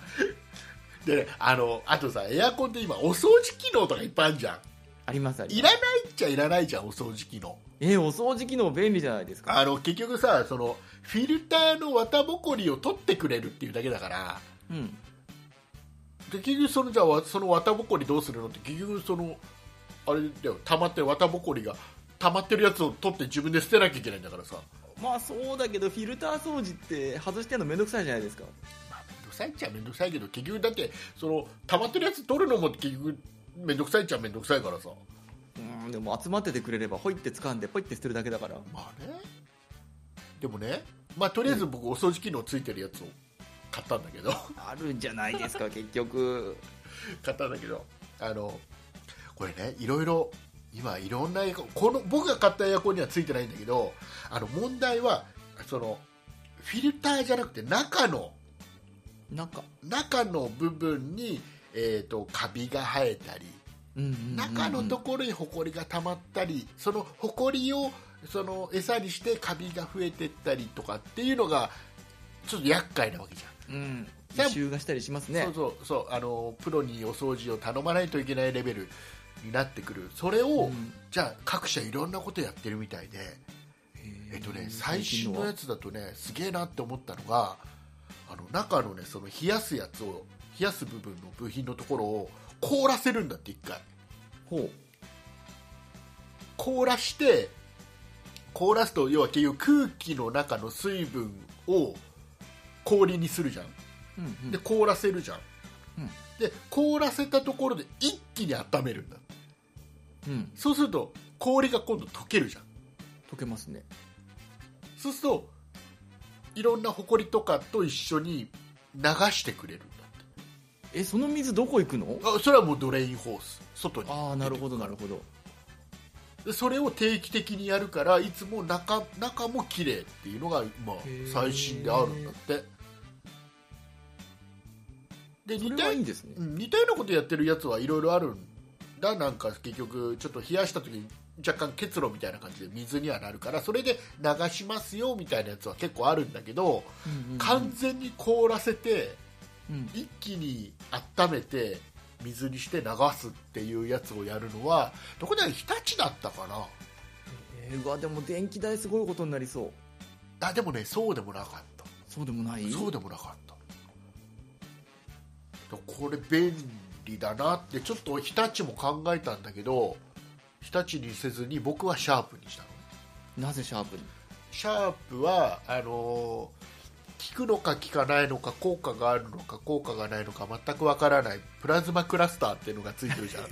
Speaker 2: でねあのあとさエアコンって今お掃除機能とかいっぱいあるじゃん
Speaker 3: ありますあり
Speaker 2: い
Speaker 3: ま
Speaker 2: ら
Speaker 3: す
Speaker 2: ないっちゃいらないじゃんお掃除機能
Speaker 3: えお掃除機能便利じゃないですか
Speaker 2: あの結局さそのフィルターの綿ぼこりを取ってくれるっていうだけだから
Speaker 3: うん
Speaker 2: で結局そのじゃあわその綿ぼこりどうするのって結局そのあれだよ溜まってる綿ぼこりが溜まってるやつを取って自分で捨てなきゃいけないんだからさ
Speaker 3: まあそうだけどフィルター掃除って外してんのめんどくさいじゃないですか
Speaker 2: まあ面倒くさいっちゃ面倒くさいけど結局だってその溜まってるやつ取るのも結局面倒くさいっちゃ面倒くさいからさ
Speaker 3: うんでも集まっててくれればほいって掴んでポイって捨てるだけだから
Speaker 2: まあねでもねまあとりあえず僕お掃除機能ついてるやつを買ったんだけ ど
Speaker 3: あるんじゃないです か結局
Speaker 2: 買ったんだけどあのこれねいろいろ今いろんなエアコンこの僕が買ったエアコンにはついてないんだけどあの問題はそのフィルターじゃなくて中の
Speaker 3: なんか
Speaker 2: 中の部分に、えー、とカビが生えたり
Speaker 3: うんうんうんうん
Speaker 2: 中のところにホコリが溜まったりそのホコリをその餌にしてカビが増えてったりとかっていうのがちょっと厄介なわけじゃん。
Speaker 3: うん
Speaker 2: じゃあ
Speaker 3: 異臭がしたりしますね
Speaker 2: そうそうそうあのプロにお掃除を頼まないといけないレベルになってくるそれを、
Speaker 3: うん
Speaker 2: じゃあ各社いろんなことやってるみたいで、えっとね、最新のや
Speaker 3: つ
Speaker 2: つだとねすげえなって思ったのがあの中のねその冷やすやつを冷やす部分の部品のところを凍らせるんだって一回
Speaker 3: ほう
Speaker 2: 凍らして凍らすと要は結局空気の中の水分を氷にするじゃん
Speaker 3: うんうん
Speaker 2: で凍らせるじゃん、
Speaker 3: うん
Speaker 2: で凍らせたところで一気に温めるんだ
Speaker 3: うん
Speaker 2: そうすると氷が今度溶けるじゃん
Speaker 3: 溶けますね
Speaker 2: そうするといろんなホコリとかと一緒に流してくれるんだっ
Speaker 3: えその水どこ行くの
Speaker 2: てあそれはもうドレインホース外に
Speaker 3: ああなるほどなるほど
Speaker 2: でそれを定期的にやるからいつも中中も綺麗っていうのが、まあ
Speaker 3: へ、ー
Speaker 2: 最新であるんだってで
Speaker 3: そ
Speaker 2: 似
Speaker 3: れは
Speaker 2: た
Speaker 3: いいですね
Speaker 2: うん似たようなことやってるやつはいろいろあるんだなんか結局ちょっと冷やした時に若干結露みたいな感じで水にはなるからそれで流しますよみたいなやつは結構あるんだけど、
Speaker 3: うんうんうん
Speaker 2: 完全に凍らせて
Speaker 3: うん
Speaker 2: 一気に温めて水にして流すっていうやつをやるのはどこだ日立だったかな
Speaker 3: えーうわでも電気代すごいことになりそう
Speaker 2: あでもねそうでもなかった
Speaker 3: そうでもない
Speaker 2: そうでもなかったこれ便利だなってちょっと日立も考えたんだけど日立にせずに僕はシャープにしたのね
Speaker 3: なぜシャープに
Speaker 2: シャープはあのー効くのか効かないのか効果があるのか効果がないのか全くわからないプラズマクラスターっていうのがついてるじゃん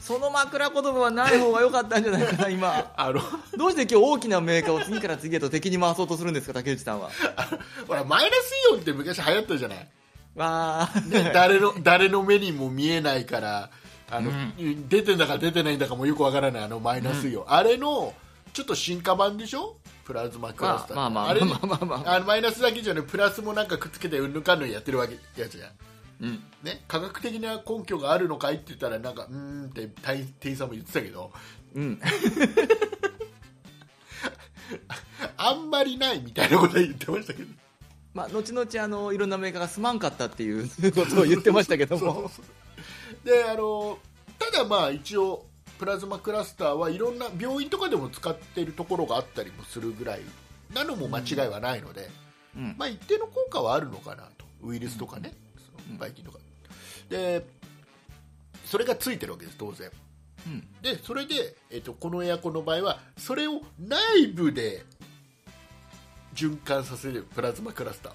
Speaker 3: その枕言葉はない方が良かったんじゃないか な、今。
Speaker 2: あの
Speaker 3: どうして今日大きなメーカーを次から次へと敵に回そうとするんですか、竹内さんは。
Speaker 2: ほらマイナスイオンって昔流行ったじゃない
Speaker 3: わあ、
Speaker 2: ね 誰の誰の目にも見えないからあの、出てんだか出てないんだかもよくわからないあのマイナスイオン、あれのちょっと進化版でしょプラズマクラスター、
Speaker 3: まあまあまあ
Speaker 2: れ
Speaker 3: まあまあまあ
Speaker 2: あのマイナスだけじゃなくプラスもなんかくっつけてうんぬかんぬんやってるわけやつじゃん
Speaker 3: うん、
Speaker 2: ね、科学的な根拠があるのかいって言ったらなんかうーんって店店員さんも言ってたけど
Speaker 3: うん、
Speaker 2: あんまりないみたいなこと言ってましたけど
Speaker 3: まあ、後々あのいろんなメーカーがすまんかったっていう ことを言ってましたけど
Speaker 2: そ
Speaker 3: も
Speaker 2: うそうであのただまあ一応プラズマクラスターはいろんな病院とかでも使ってるところがあったりもするぐらいなのも間違いはないので、
Speaker 3: うん
Speaker 2: まあ、一定の効果はあるのかなとウイルスとかね、そのバイキンとかでそれがついてるわけです当然
Speaker 3: うん
Speaker 2: でそれで、えっとこのエアコンの場合はそれを内部で循環させるプラズマクラスタ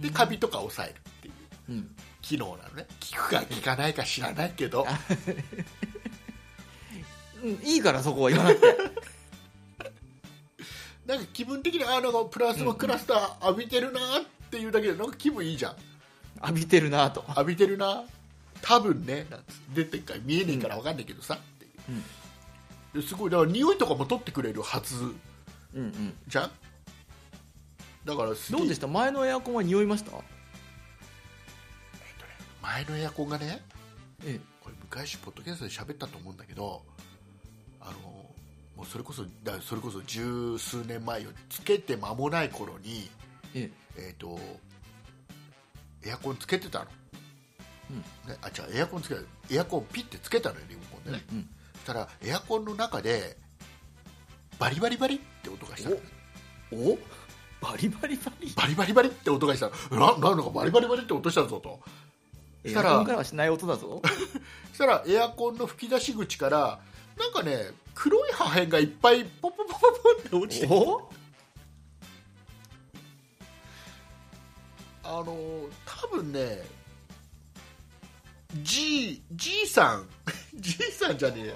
Speaker 2: ーでカビとか抑えるっていう
Speaker 3: うん
Speaker 2: 機能なのね効くか効かないか知らないけど
Speaker 3: うんいいからそこは言わなくて
Speaker 2: なんか気分的にあなんかプラズマクラスター浴びてるなっていうだけでなんか気分いいじゃん
Speaker 3: 浴びてるなと、
Speaker 2: 浴びてるな多分ねなんつ出てるから見えねえから分かんないけどさっていう、ですごいだから匂いとかも取ってくれるはず
Speaker 3: うんうん、
Speaker 2: じゃんだからすげえ
Speaker 3: どうでした前のエアコンは匂いました
Speaker 2: 前のエアコンがね
Speaker 3: え
Speaker 2: これ昔ポッドキャストで喋ったと思うんだけどあのもうそれこそだそれこそ十数年前よつけて間もない頃に
Speaker 3: ええ
Speaker 2: えー、とエアコンつけてたの、ね、あ違うエアコンつけたエアコンピッてつけたのよリモコンでね、
Speaker 3: うんうん
Speaker 2: そしたらエアコンの中でバリバリバリって音がしたの
Speaker 3: おバリバリバリ
Speaker 2: バリバリバリって音がしたのななんだかバリバリバリって音したぞとし
Speaker 3: エ
Speaker 2: た
Speaker 3: ア
Speaker 2: ら
Speaker 3: コンからはしない音だぞ
Speaker 2: そしたらエアコンの吹き出し口からなんかね黒い破片がいっぱいポンポンポンポンポン って落ちて
Speaker 3: お
Speaker 2: あのー多分ね G, G さん G さんじゃねえや、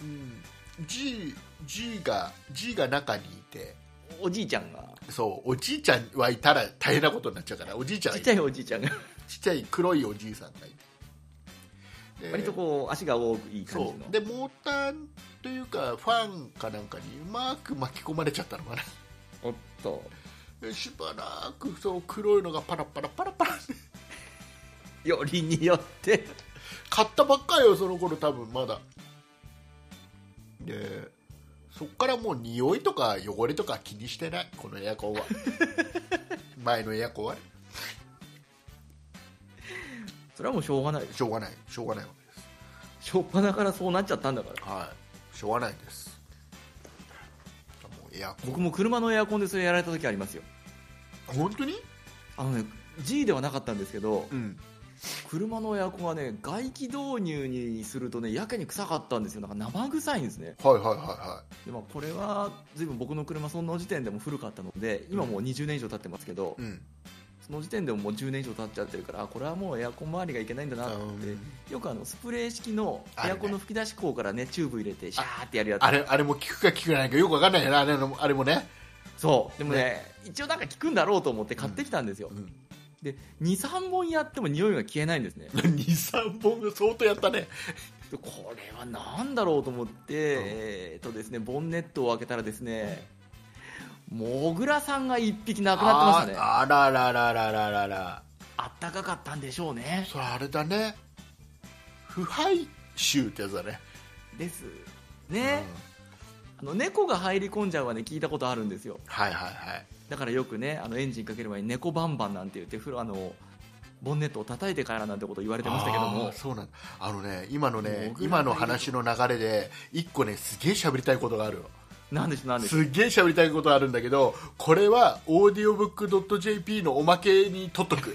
Speaker 2: うん、G, G が G が中にいて
Speaker 3: おじいちゃんが
Speaker 2: そうおじいちゃんはいたら大変なことになっちゃうからおじいちゃん
Speaker 3: ち
Speaker 2: は
Speaker 3: っ
Speaker 2: い
Speaker 3: ちゃいおじいちゃんが
Speaker 2: ちっちゃい黒いおじいさんがいてで
Speaker 3: 割とこう足が多くいい感じ
Speaker 2: そ
Speaker 3: の
Speaker 2: うでモーターというかファンかなんかにうまく巻き込まれちゃったのかな
Speaker 3: おっと
Speaker 2: でしばらくそう黒いのがパラパラパラパラって
Speaker 3: よりによって
Speaker 2: 買ったばっかりよその頃多分まだでそっからもう匂いとか汚れとか気にしてないこのエアコン は前のエアコンはね
Speaker 3: それはもうしょうがない
Speaker 2: しょうがないしょうがないわけです
Speaker 3: しょっぱなからそうなっちゃったんだから
Speaker 2: はいしょうがないんですもうエアコン
Speaker 3: 僕も車のエアコンでそれやられた時ありますよ
Speaker 2: 本当に
Speaker 3: あのね G ではなかったんですけど
Speaker 2: うん
Speaker 3: 車のエアコンはね外気導入にするとねやけに臭かったんですよなんか生臭いんですね
Speaker 2: はいはいはいは
Speaker 3: で、まあ、これは随分僕の車その時点でも古かったので今もう20年以上経ってますけど
Speaker 2: いうん
Speaker 3: その時点でももう10年以上経っちゃってるからあこれはもうエアコン周りがいけないんだなと思っ
Speaker 2: う
Speaker 3: て
Speaker 2: ん
Speaker 3: よくあのスプレー式のエアコンの吹き出し口からねチューブ入れてシャーってやるやつ
Speaker 2: あれあれも効くか効かないかよくわかんないよなあれのあれも ね、
Speaker 3: そうでもね一応なんか効くんだろうと思って買ってきたんですよ、
Speaker 2: うん、
Speaker 3: で23本やっても匂いが消えないんですね
Speaker 2: 23本が相当やったね
Speaker 3: でこれは何だろうと思って、えーっとですね、ボンネットを開けたらですね、モグラさんが1匹亡くなってましたね。
Speaker 2: ああららららららら
Speaker 3: あったかかったんでしょうね。
Speaker 2: それあれだね腐敗臭ってやつだね
Speaker 3: です。
Speaker 2: うん
Speaker 3: ね、あの猫が入り込んじゃうはね、聞いたことあるんですよ。
Speaker 2: はいはいはい
Speaker 3: だからよくね、あのエンジンかける前に猫バンバンなんて言って、風呂あの、ボンネットを叩いてからなんてこと言われてましたけど
Speaker 2: あ
Speaker 3: も
Speaker 2: ー、そうなんだあのね今のね
Speaker 3: もう
Speaker 2: 今の話の流れで一個ねすげえ喋りたいことがあるの
Speaker 3: なんでしょう、なんでしょう。
Speaker 2: すっげえ喋りたいことあるんだけどこれはオーディオブックドット JP のおまけに取っとく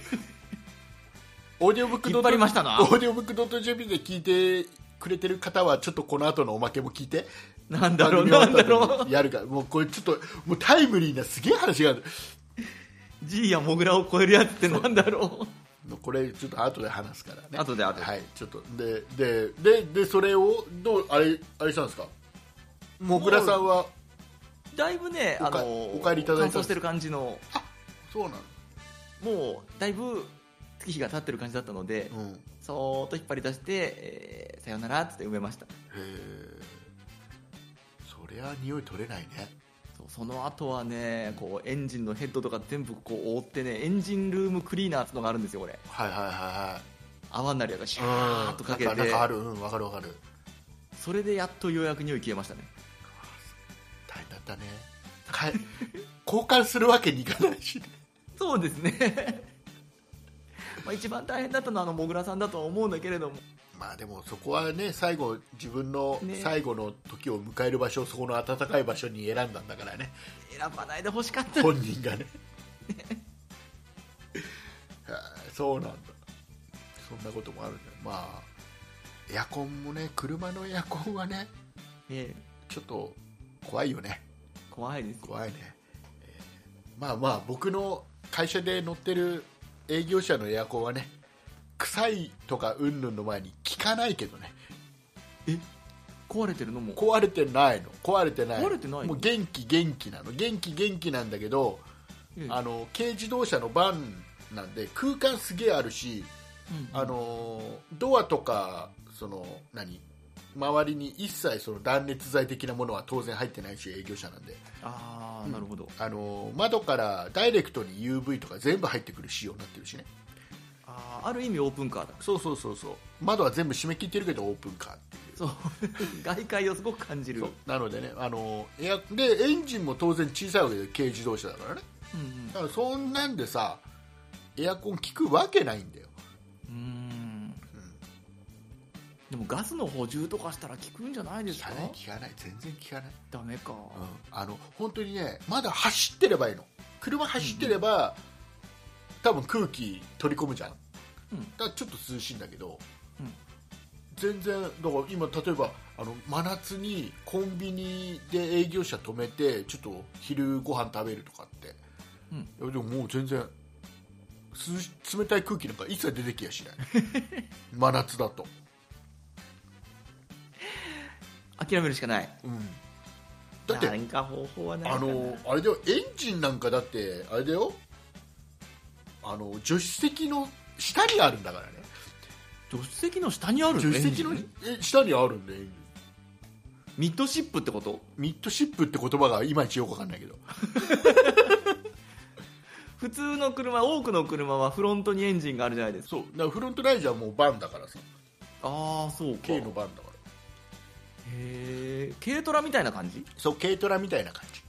Speaker 2: オーディオブック
Speaker 3: 引っ張りましたな
Speaker 2: オーディオブックドット JP で聞いてくれてる方はちょっとこの後のおまけも聞いて
Speaker 3: なんだ
Speaker 2: 番
Speaker 3: ろう
Speaker 2: 組終わ
Speaker 3: な
Speaker 2: っ
Speaker 3: ん
Speaker 2: た
Speaker 3: だ
Speaker 2: 後に
Speaker 3: ろう
Speaker 2: やるからもうこれちょっともうタイムリーなすげえ話がある
Speaker 3: G やモグラを超えるやつってなんだろ
Speaker 2: これちょっと後で話すからね
Speaker 3: 後で後で
Speaker 2: はいちょっとででででそれをどうあれあれしたんですかもぐらさんは
Speaker 3: うだいぶね
Speaker 2: お
Speaker 3: あ
Speaker 2: か
Speaker 3: の
Speaker 2: お帰りいただいたんです
Speaker 3: 乾燥してる感じの
Speaker 2: そうなの
Speaker 3: もうだいぶ月日が経ってる感じだったので、
Speaker 2: うんへ
Speaker 3: そーっと引っ張り出して、えーさよならっつって埋めました
Speaker 2: えそりゃ匂い取れないね
Speaker 3: そうその後はねこうエンジンのヘッドとか全部こう覆ってねエンジンルームクリーナーっつのがあるんですよこれ
Speaker 2: はいはいは
Speaker 3: 泡になるやつがシ
Speaker 2: いはい
Speaker 3: ャーっとかけ
Speaker 2: なん
Speaker 3: て
Speaker 2: なんかあるうんわかるわかる
Speaker 3: それでやっとようやく匂い消えましたね
Speaker 2: 大変だったねかえ 交換するわけにいかないしね
Speaker 3: そうですね まあ一番大変だったのはあのもぐらさんだとは思うんだけれども
Speaker 2: まあでもそこはね最後自分の
Speaker 3: ね
Speaker 2: 最後の時を迎える場所をそこの暖かい場所に選んだんだからね
Speaker 3: 選ばないでほしかっ た
Speaker 2: 本人 がねはあそうなんだそんなこともあるんだよまあエアコンもね車のエアコンはね
Speaker 3: ええ
Speaker 2: ちょっと怖いよね
Speaker 3: 怖いですよ
Speaker 2: 怖いね、えーまあまあ僕の会社で乗ってる営業者のエアコンはね臭いとかうんぬんの前に効かないけどね
Speaker 3: 壊れてるのも
Speaker 2: 壊れてないの壊れてない
Speaker 3: 壊れてないの
Speaker 2: もう元気元気なの元気元気なんだけど、
Speaker 3: ええ
Speaker 2: あの軽自動車のバンなんで空間すげえあるし、
Speaker 3: うん
Speaker 2: あのドアとかその何周りに一切その断熱材的なものは当然入ってないし営業者なんで、
Speaker 3: ああ
Speaker 2: うん
Speaker 3: なるほど、
Speaker 2: あの窓からダイレクトに UV とか全部入ってくる仕様になってるしね
Speaker 3: あーある意味オープンカーだ
Speaker 2: そうそうそうそう窓は全部締め切ってるけどオープンカーっていう
Speaker 3: そう外界をすごく感じる
Speaker 2: そうなのでねあのエアでエンジンも当然小さいわけで軽自動車だからね
Speaker 3: うん
Speaker 2: だからそんなんでさエアコン効くわけないんだよ
Speaker 3: うんうんでもガスの補充とかしたら効くんじゃないです
Speaker 2: 効
Speaker 3: か
Speaker 2: かない効かない全然効かない、
Speaker 3: ダメか、
Speaker 2: うん、あの本当にねまだ走ってればいいの車走ってれば、多分空気取り込むじゃん、
Speaker 3: うん
Speaker 2: だからちょっと涼しいんだけど、
Speaker 3: うん
Speaker 2: 全然だから今例えばあの真夏にコンビニで営業者止めてちょっと昼ご飯食べるとかって、いやでももう全然涼し冷たい空気なんか一切出てきやし ない真夏だと、
Speaker 3: 諦めるしかない
Speaker 2: うん、だって
Speaker 3: なんか方法はない
Speaker 2: あ
Speaker 3: かな
Speaker 2: のあれだよエンジンなんかだってあれだよあの助手席の下にあるんだからね
Speaker 3: 助手席の下にある
Speaker 2: 助手席の
Speaker 3: エンジン
Speaker 2: え下にあるんだよエンジン
Speaker 3: ミッドシップってこと
Speaker 2: ミッドシップって言葉がいまいちよくわかんないけど
Speaker 3: 普通の車多くの車はフロントにエンジンがあるじゃないですか
Speaker 2: そうだからフロントライジャーもうバンだからさ
Speaker 3: ああそうか
Speaker 2: 軽のバンだから
Speaker 3: へえ軽トラみたいな感じ
Speaker 2: そう軽トラみたいな感じ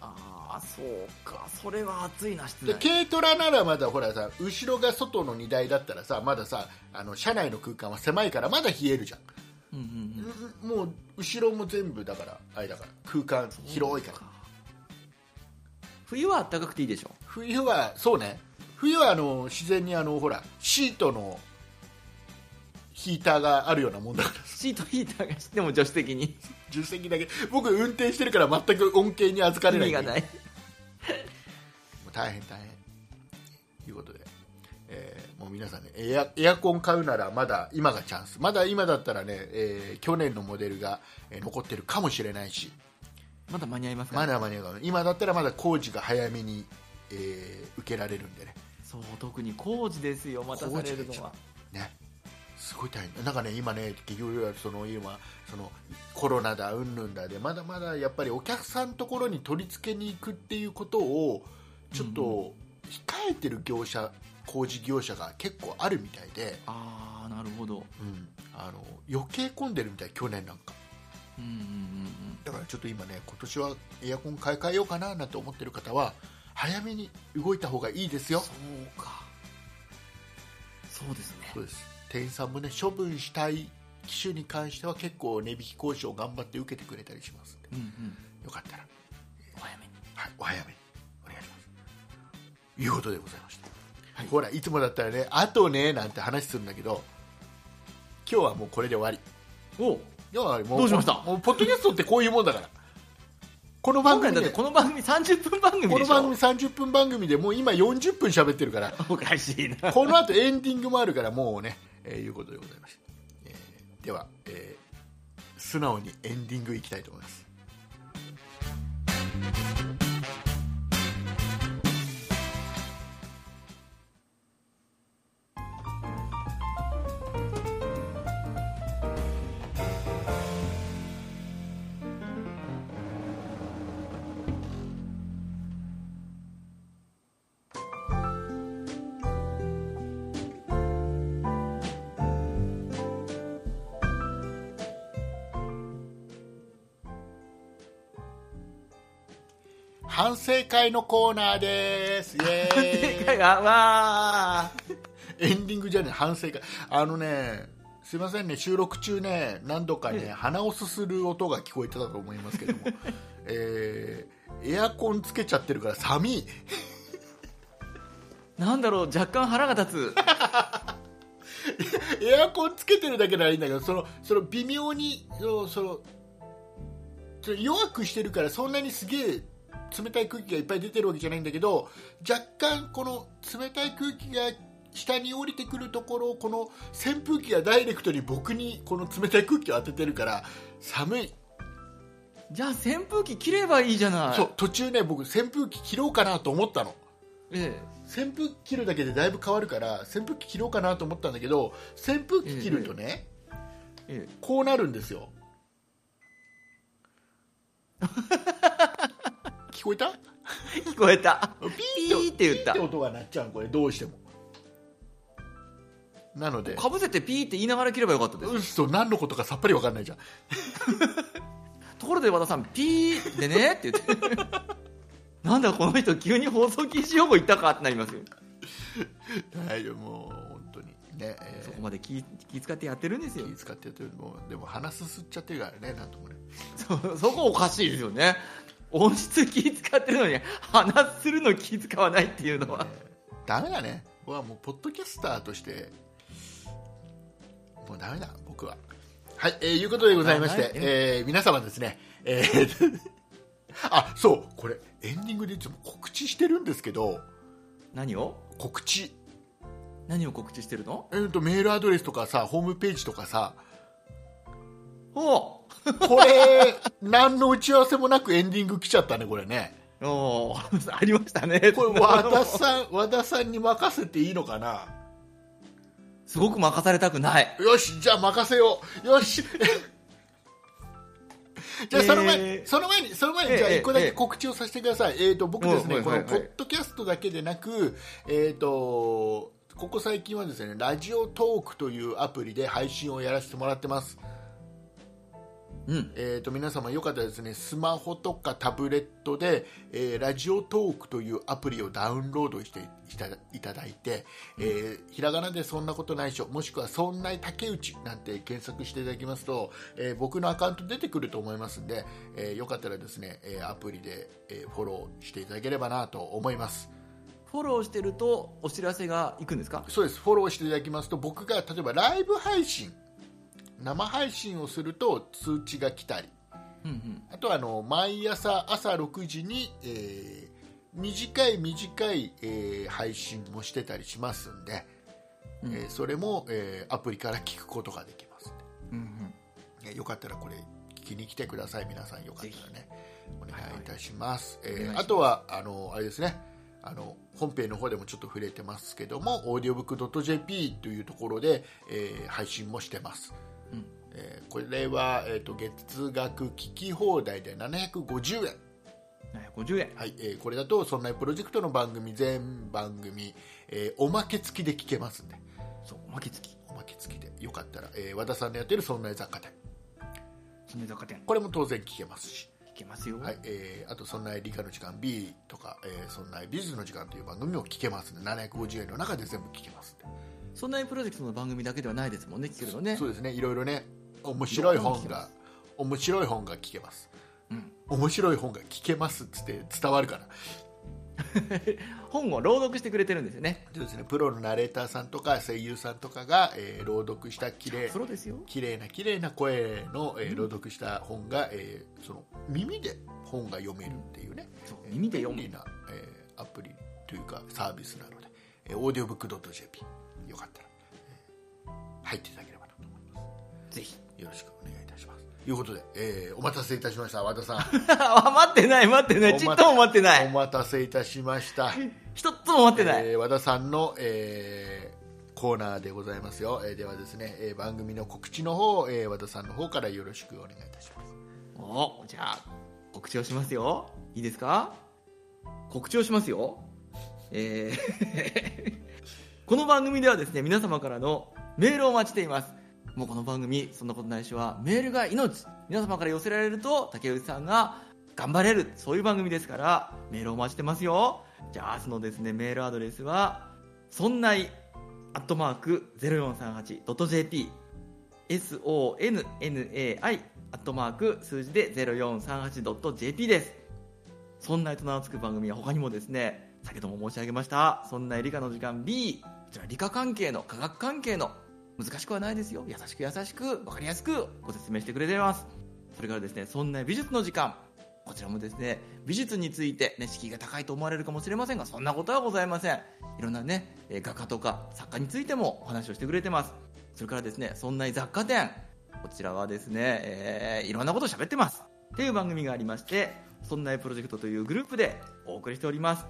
Speaker 3: ああそうかそれは熱いな室
Speaker 2: で
Speaker 3: 内
Speaker 2: 軽トラならまだほらさ後ろが外の荷台だったらさまださあの車内の空間は狭いからまだ冷えるじゃん、
Speaker 3: うんうん
Speaker 2: んもう後ろも全部だからあれだから空間
Speaker 3: うん
Speaker 2: 広いから
Speaker 3: そう冬は暖かくていいでしょ
Speaker 2: 冬はそうね冬はあの自然にあのほらシートのヒーターがあるようなもんだから
Speaker 3: シートヒーターがしても助手席に
Speaker 2: 助手席だけ僕運転してるから全く恩恵に預かれ
Speaker 3: 意
Speaker 2: ない
Speaker 3: 味がない
Speaker 2: もう大変大変ということで、えーもう皆さんねエアエアコン買うならまだ今がチャンスまだ今だったらね、えー去年のモデルがえー残ってるかもしれないし
Speaker 3: まだ間に合いますか、
Speaker 2: まだ間に合うかな今だったらまだ工事が早めに、えー受けられるんでね
Speaker 3: そう特に工事ですよ待たされるのは
Speaker 2: ねすごい大変なんかね今ね結局その今そのコロナだうんぬんだでまだまだやっぱりお客さんのところに取り付けに行くっていうことをちょっと
Speaker 3: うん
Speaker 2: 控えてる業者工事業者が結構あるみたいで、
Speaker 3: ああなるほど
Speaker 2: うん、あの余計混んでるみたい去年なんか
Speaker 3: うんうんうん
Speaker 2: だからちょっと今ね今年はエアコン買い替えようかななんて思ってる方は早めに動いた方がいいです
Speaker 3: うん
Speaker 2: よ
Speaker 3: そうかそうですね
Speaker 2: そうです店員さんもね処分したい機種に関しては結構値引き交渉を頑張って受けてくれたりしますんで
Speaker 3: うんうん
Speaker 2: よかったら、
Speaker 3: お早めに
Speaker 2: はい、お早めにお願いしますということでございました、
Speaker 3: はい
Speaker 2: ほらいつもだったらねあとねなんて話するんだけど今日はもうこれで終わり
Speaker 3: お
Speaker 2: いやもう
Speaker 3: どうしました
Speaker 2: もうポッドキャストってこういうもんだからこの番
Speaker 3: 今回
Speaker 2: 組
Speaker 3: だっ
Speaker 2: で
Speaker 3: てこの番組30分番組でしょ
Speaker 2: この番組30分番組でもう今40分喋ってるから
Speaker 3: おかしいな
Speaker 2: この後エンディングもあるからもうね、えーいうことでございました、えーでは、えー素直にエンディングいきたいと思います反省会のコーナーですイエーイ
Speaker 3: 正解がわ
Speaker 2: エンディングじゃねえ反省会あのねすいませんね収録中ね何度かね鼻をすする音が聞こえてたと思いますけども、えーエアコンつけちゃってるから寒い
Speaker 3: ーなんだろう若干腹が立つ
Speaker 2: エアコンつけてるだけならいいんだけどそのその微妙にそのそのその弱くしてるからそんなにすげえ冷たい空気がいっぱい出てるわけじゃないんだけど若干この冷たい空気が下に降りてくるところをこの扇風機がダイレクトに僕にこの冷たい空気を当ててるから寒い
Speaker 3: じゃあ扇風機切ればいいじゃない
Speaker 2: そう途中ね僕扇風機切ろうかなと思ったの
Speaker 3: え
Speaker 2: 扇風機切るだけでだいぶ変わるから扇風機切ろうかなと思ったんだけど扇風機切るとね、
Speaker 3: ええ
Speaker 2: こうなるんですよ 聞こえた
Speaker 3: え聞こえた
Speaker 2: ピー
Speaker 3: ピーって言った
Speaker 2: ピーって音が鳴っちゃうこれどうしてもなので
Speaker 3: かぶせてピーって言いながら切ればよかったです
Speaker 2: うっそ何のことかさっぱり分かんないじゃん
Speaker 3: ところで和田さんピーでね って言ってなんだこの人急に放送禁止用語言ったかってなりますよ
Speaker 2: 大丈夫もう本当にね、えー
Speaker 3: そこまで気気遣ってやってるんですよ
Speaker 2: 気使ってやってるもうでも鼻すすっちゃってるからねなんともね
Speaker 3: そそこおかしいですよね音質気使ってるのに話するの気使わないっていうのは、
Speaker 2: ダメだね僕はもうポッドキャスターとしてもうダメだ僕ははい、えーいうことでございまして、
Speaker 3: はい
Speaker 2: えー皆様ですねえー あそうこれエンディングでいつも告知してるんですけど
Speaker 3: 何を
Speaker 2: 告知
Speaker 3: 何を告知してるの
Speaker 2: えー、とメールアドレスとかさホームページとかさ
Speaker 3: お
Speaker 2: これ何の打ち合わせもなくエンディング来ちゃったねこれね
Speaker 3: うおう ありましたね
Speaker 2: これ和田さん和田さんに任せていいのかな
Speaker 3: すごく任されたくない
Speaker 2: よしじゃあ任せようよ しじゃあその前,、
Speaker 3: えー
Speaker 2: その前にその前
Speaker 3: え
Speaker 2: に
Speaker 3: ー
Speaker 2: じゃあ一個だ
Speaker 3: え
Speaker 2: け
Speaker 3: ー
Speaker 2: 告知をさせてください、えー、と僕ですね、
Speaker 3: うん
Speaker 2: こ
Speaker 3: はい
Speaker 2: の
Speaker 3: はい
Speaker 2: ポ
Speaker 3: はい
Speaker 2: ッドキャストだけでなく、えー、とここ最近はですねラジオトークというアプリで配信をやらせてもらってます、
Speaker 3: うん
Speaker 2: えー、と皆様よかったらですねスマホとかタブレットで、えーラジオトークというアプリをダウンロードしていたいただいて、えーひらがなでそんなことないっしょもしくはそんない竹内なんて検索していただきますと、えー僕のアカウント出てくると思いますんで、えーよかったらですね、えーアプリで、えーフォローしていただければなと思います
Speaker 3: フォローしてるとお知らせがいくんですか
Speaker 2: そうですフォローしていただきますと僕が例えばライブ配信生配信をすると通知が来たり
Speaker 3: うんうん
Speaker 2: あとはあの毎朝朝6時に、えー短い短い、えー配信もしてたりしますんで、
Speaker 3: うん
Speaker 2: えーそれも、えーアプリから聞くことができますん
Speaker 3: うんうん
Speaker 2: でねよかったらこれ聞きに来てください皆さんよかったらねお願いいたします、
Speaker 3: い
Speaker 2: え
Speaker 3: お願いし
Speaker 2: ー
Speaker 3: ます
Speaker 2: あとはあのあれですねあの本編の方でもちょっと触れてますけどもオーディオブックドット .jp というところで、えー配信もしてます
Speaker 3: うん
Speaker 2: えーこれは、えー、と月額聞き放題で750円、
Speaker 3: 750円
Speaker 2: はいえーこれだと「そんなプロジェクト」の番組全番組、えーおまけ付きで聞けますんで
Speaker 3: そうおまけ付き
Speaker 2: おまけ付きでよかったら、えー和田さんのやってる「そんな雑貨店
Speaker 3: その雑貨店」
Speaker 2: これも当然聞けますし、
Speaker 3: 聞けますよ、
Speaker 2: はいえーあと「そんな理科の時間 B」とか「えーそんな美術の時間」という番組も聞けますんで750円の中で全部聞けますんで
Speaker 3: そんなにプロジェクトの番組だけではないですもんね聞けるのね
Speaker 2: そうですねいろいろね面白い本が面白い本が聞けます
Speaker 3: うん
Speaker 2: 面白い本が聞けますっつって伝わるから
Speaker 3: 本を朗読してくれてるんですよね
Speaker 2: そうですね、プロのナレーターさんとか声優さんとかが、えー朗読した綺麗
Speaker 3: そうですよ
Speaker 2: 綺麗な綺麗な声の、えー朗読した本が、えーその耳で本が読めるっていうね、
Speaker 3: そう耳で読
Speaker 2: 便
Speaker 3: む
Speaker 2: 利な、えーアプリというかサービスなので、えー、オーディオブックドット JP よかったら、えー入っていただければなと思いま
Speaker 3: ぜひ
Speaker 2: すよろしくお願いいたしますということで、えーお待たせいたしました和田さん
Speaker 3: あ待ってない待って ないちっとも待ってな
Speaker 2: お
Speaker 3: い
Speaker 2: 待たせいたしました
Speaker 3: 一つも待ってない、
Speaker 2: えー和田さんの、えーコーナーでございますよ、えーではですね、えー番組の告知の方、えー和田さんの方からよろしくお願いいたします
Speaker 3: おじゃあ告知をしますよいいですか告知をしますよえー この番組ではですね皆様からのメールをお待ちしていますもうこの番組そんなことないしはメールが命皆様から寄せられると竹内さんが頑張れるそういう番組ですからメールをお待ちしてますよじゃあ明日のですねメールアドレスはそんないアットマーク 0438.jp sonnai アットマーク数字で 0438.jp ですそんなと名の付く番組は他にもですね先ほども申し上げましたそんな理科の時間 B こちら理科関係の科学関係の難しくはないですよ優しく優しく分かりやすくご説明してくれていますそれからですねそんな美術の時間こちらもですね美術について、ね、敷居が高いと思われるかもしれませんがそんなことはございませんいろんなねえー画家とか作家についてもお話をしてくれてますそれからですね、そんな雑貨店。こちらはですね、えーいろんなことを喋ってます。っていう番組がありまして、そんなプロジェクトというグループでお送りしております。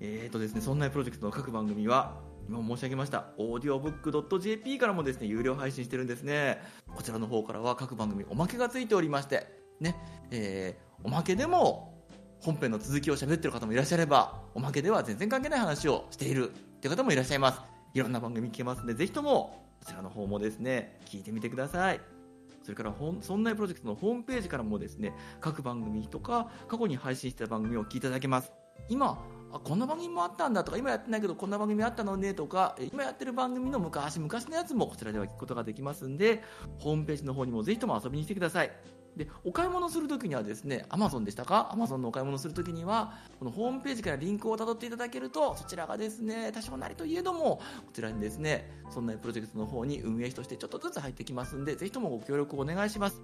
Speaker 3: えーとですね、そんなプロジェクトの各番組は、今申し上げました、オーディオブック .jp からもですね、有料配信してるんですね。こちらの方からは各番組おまけがついておりまして、ね、えーおまけでも本編の続きを喋ってる方もいらっしゃれば、おまけでは全然関係ない話をしているっていう方もいらっしゃいます。いろんな番組聞けますので、ぜひともこちらの方もですね、聞いてみてください。それからほん、そんなプロジェクトのホームページからもですね、各番組とか、過去に配信してた番組を聞いていただけます。今、あこんな番組もあったんだとか、今やってないけどこんな番組あったのねとか、え今やってる番組の昔々のやつもこちらでは聞くことができますんで、ホームページの方にもぜひとも遊びに来てください。で、お買い物するときにはですね、Amazon でしたか ?Amazon のお買い物するときには、このホームページからリンクをたどっていただけると、そちらがですね、多少なりといえども、こちらにですね、そんなプロジェクトの方に運営費としてちょっとずつ入ってきますんで、ぜひともご協力をお願いします。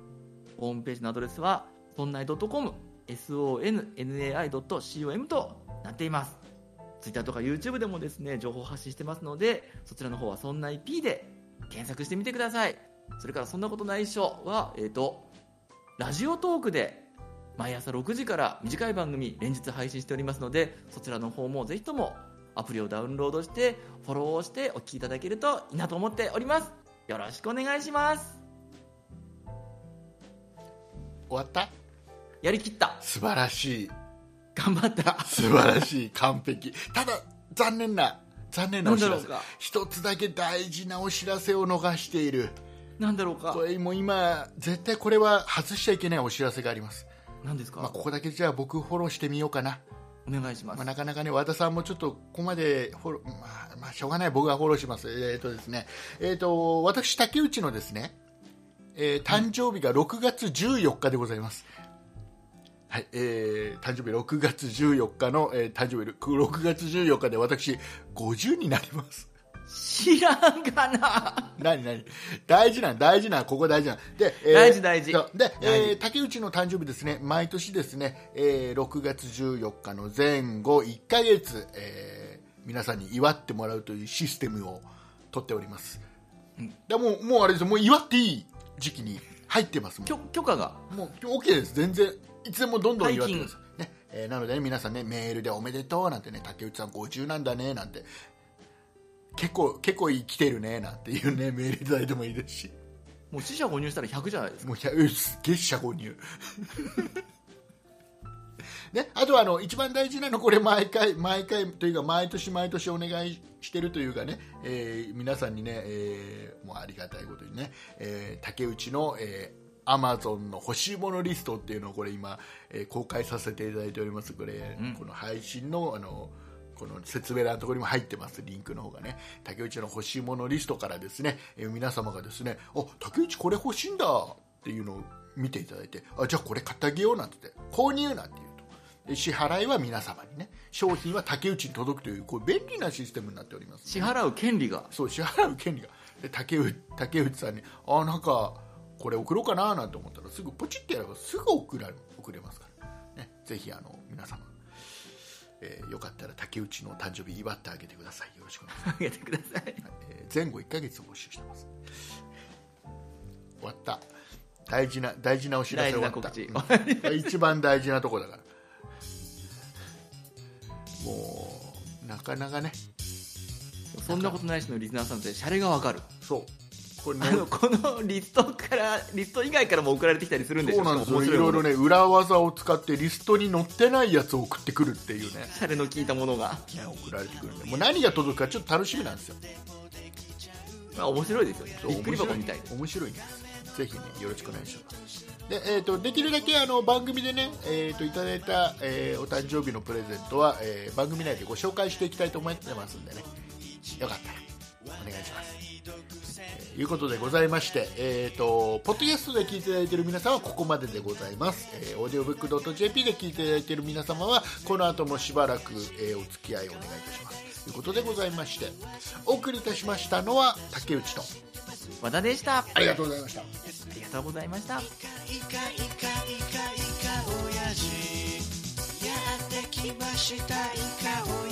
Speaker 3: ホームページのアドレスは、そんない .com、sonnai.com となっています。Twitter とか YouTube でもですね、情報を発信してますので、そちらの方はそんない P で検索してみてください。それから、そんなことないっしょは、えっ、と、ラジオトークで毎朝6時から短い番組連日配信しておりますのでそちらの方もぜひともアプリをダウンロードしてフォローをしてお聞きいただけるといいなと思っておりますよろしくお願いします
Speaker 2: 終わった
Speaker 3: やりきった
Speaker 2: 素晴らしい
Speaker 3: 頑張った
Speaker 2: 素晴らしい完璧ただ残念な残念なお知ら
Speaker 3: なん
Speaker 2: せ
Speaker 3: だろうか
Speaker 2: 一つだけ大事なお知らせを逃している
Speaker 3: なんだろうか
Speaker 2: これもう今絶対これは外しちゃいけないお知らせがあります、
Speaker 3: 何ですか、
Speaker 2: まあ、ここだけじゃあ僕フォローしてみようかな
Speaker 3: お願いします、
Speaker 2: まあ、なかなかね和田さんもちょっとここまでフォロー、まあまあ、しょうがない僕がフォローします、えーとですねえー、と私、竹内のですね、えー誕生日が6月14日でございます。はいえー、誕生日6月14日の、えー誕生日6月14日で私50になります。
Speaker 3: 知らんかな
Speaker 2: 何何大事なん大事なんここ大事なんで、えー
Speaker 3: 大事大事
Speaker 2: そうで、え
Speaker 3: 大
Speaker 2: ー竹内の誕生日ですね毎年ですね、えー6月14日の前後1ヶ月、えー皆さんに祝ってもらうというシステムを取っております、でもうもうあれですよもう祝っていい時期に入ってますもん
Speaker 3: 許許可が
Speaker 2: もう OK です全然いつでもどんどん祝ってくださいねえーなので、ね、皆さんねメールでおめでとうなんてね竹内さん50なんだねなんて結構結構生きてるねなんていうねメールいただいてもいいですし
Speaker 3: もう死者誤入したら100じゃないですか
Speaker 2: もうひゃうんすっげえ四捨五入ね、あとはあの一番大事なのこれ毎回毎回というか毎年毎年お願いしてるというかね、えー皆さんにね、えーもうありがたいことにね、えー竹内の、えアマゾンの欲しいものリストっていうのをこれ今、えー公開させていただいておりますこれ、
Speaker 3: うん
Speaker 2: この配信のあのこの説明欄のところにも入ってます、リンクの方がね、竹内の欲しいものリストからですね、えー皆様がですね、あ竹内これ欲しいんだっていうのを見ていただいて、あじゃあこれ買ってあげようなんて言って、購入なんて言うと、支払いは皆様にね商品は竹内に届くというこう便利なシステムになっております
Speaker 3: 支払う権利が
Speaker 2: そう支払う権利がで竹内竹内さんにあなんかこれ送ろうかななんて思ったらすぐポチってやればすぐ送られ送れますから、ね、ぜひあの皆様、えーよかったら竹内の誕生日祝ってあげてくださいよろしくお願いします、
Speaker 3: あげてください
Speaker 2: えー前後1ヶ月募集してます終わった大事な大事なお知らせ終わった
Speaker 3: 大事な
Speaker 2: うん一番大事なとこだからもうなかなかね
Speaker 3: そんなことないしのリスナーさんってシャレがわかる
Speaker 2: そうこれね
Speaker 3: あのこのリストからリスト以外からも送られてきたりするんでし
Speaker 2: そう
Speaker 3: ょ
Speaker 2: なんですよ
Speaker 3: 面
Speaker 2: い
Speaker 3: 白
Speaker 2: ろ
Speaker 3: も
Speaker 2: い
Speaker 3: の
Speaker 2: ろね裏技を使ってリストに載ってないやつを送ってくるっていうね
Speaker 3: シャレの効いたものが、
Speaker 2: ね送られてくるんでもう何が届くかちょっと楽しみなんですよ
Speaker 3: まあ、面白いですよね
Speaker 2: そう
Speaker 3: びっくり箱みたいです
Speaker 2: 面白いんですぜひねよろしくお願いしますで,、えー、とできるだけあの番組でね、えー、といただいた、えーお誕生日のプレゼントは、えー番組内でご紹介していきたいと思ってますんでねよかったらお願いしますということでございまして、えー、とポッドキャストで聞いていただいている皆さんはここまででございます、えー、オーディオブックドット JP で聞いていただいている皆様はこの後もしばらく、えーお付き合いをお願いいたしますということでございましてお送りいたしましたのは竹内と
Speaker 3: 和田でしたあ
Speaker 2: ありがとうございました
Speaker 3: りがとうございました
Speaker 1: イカイカイカイカ親父やってきましたイカ親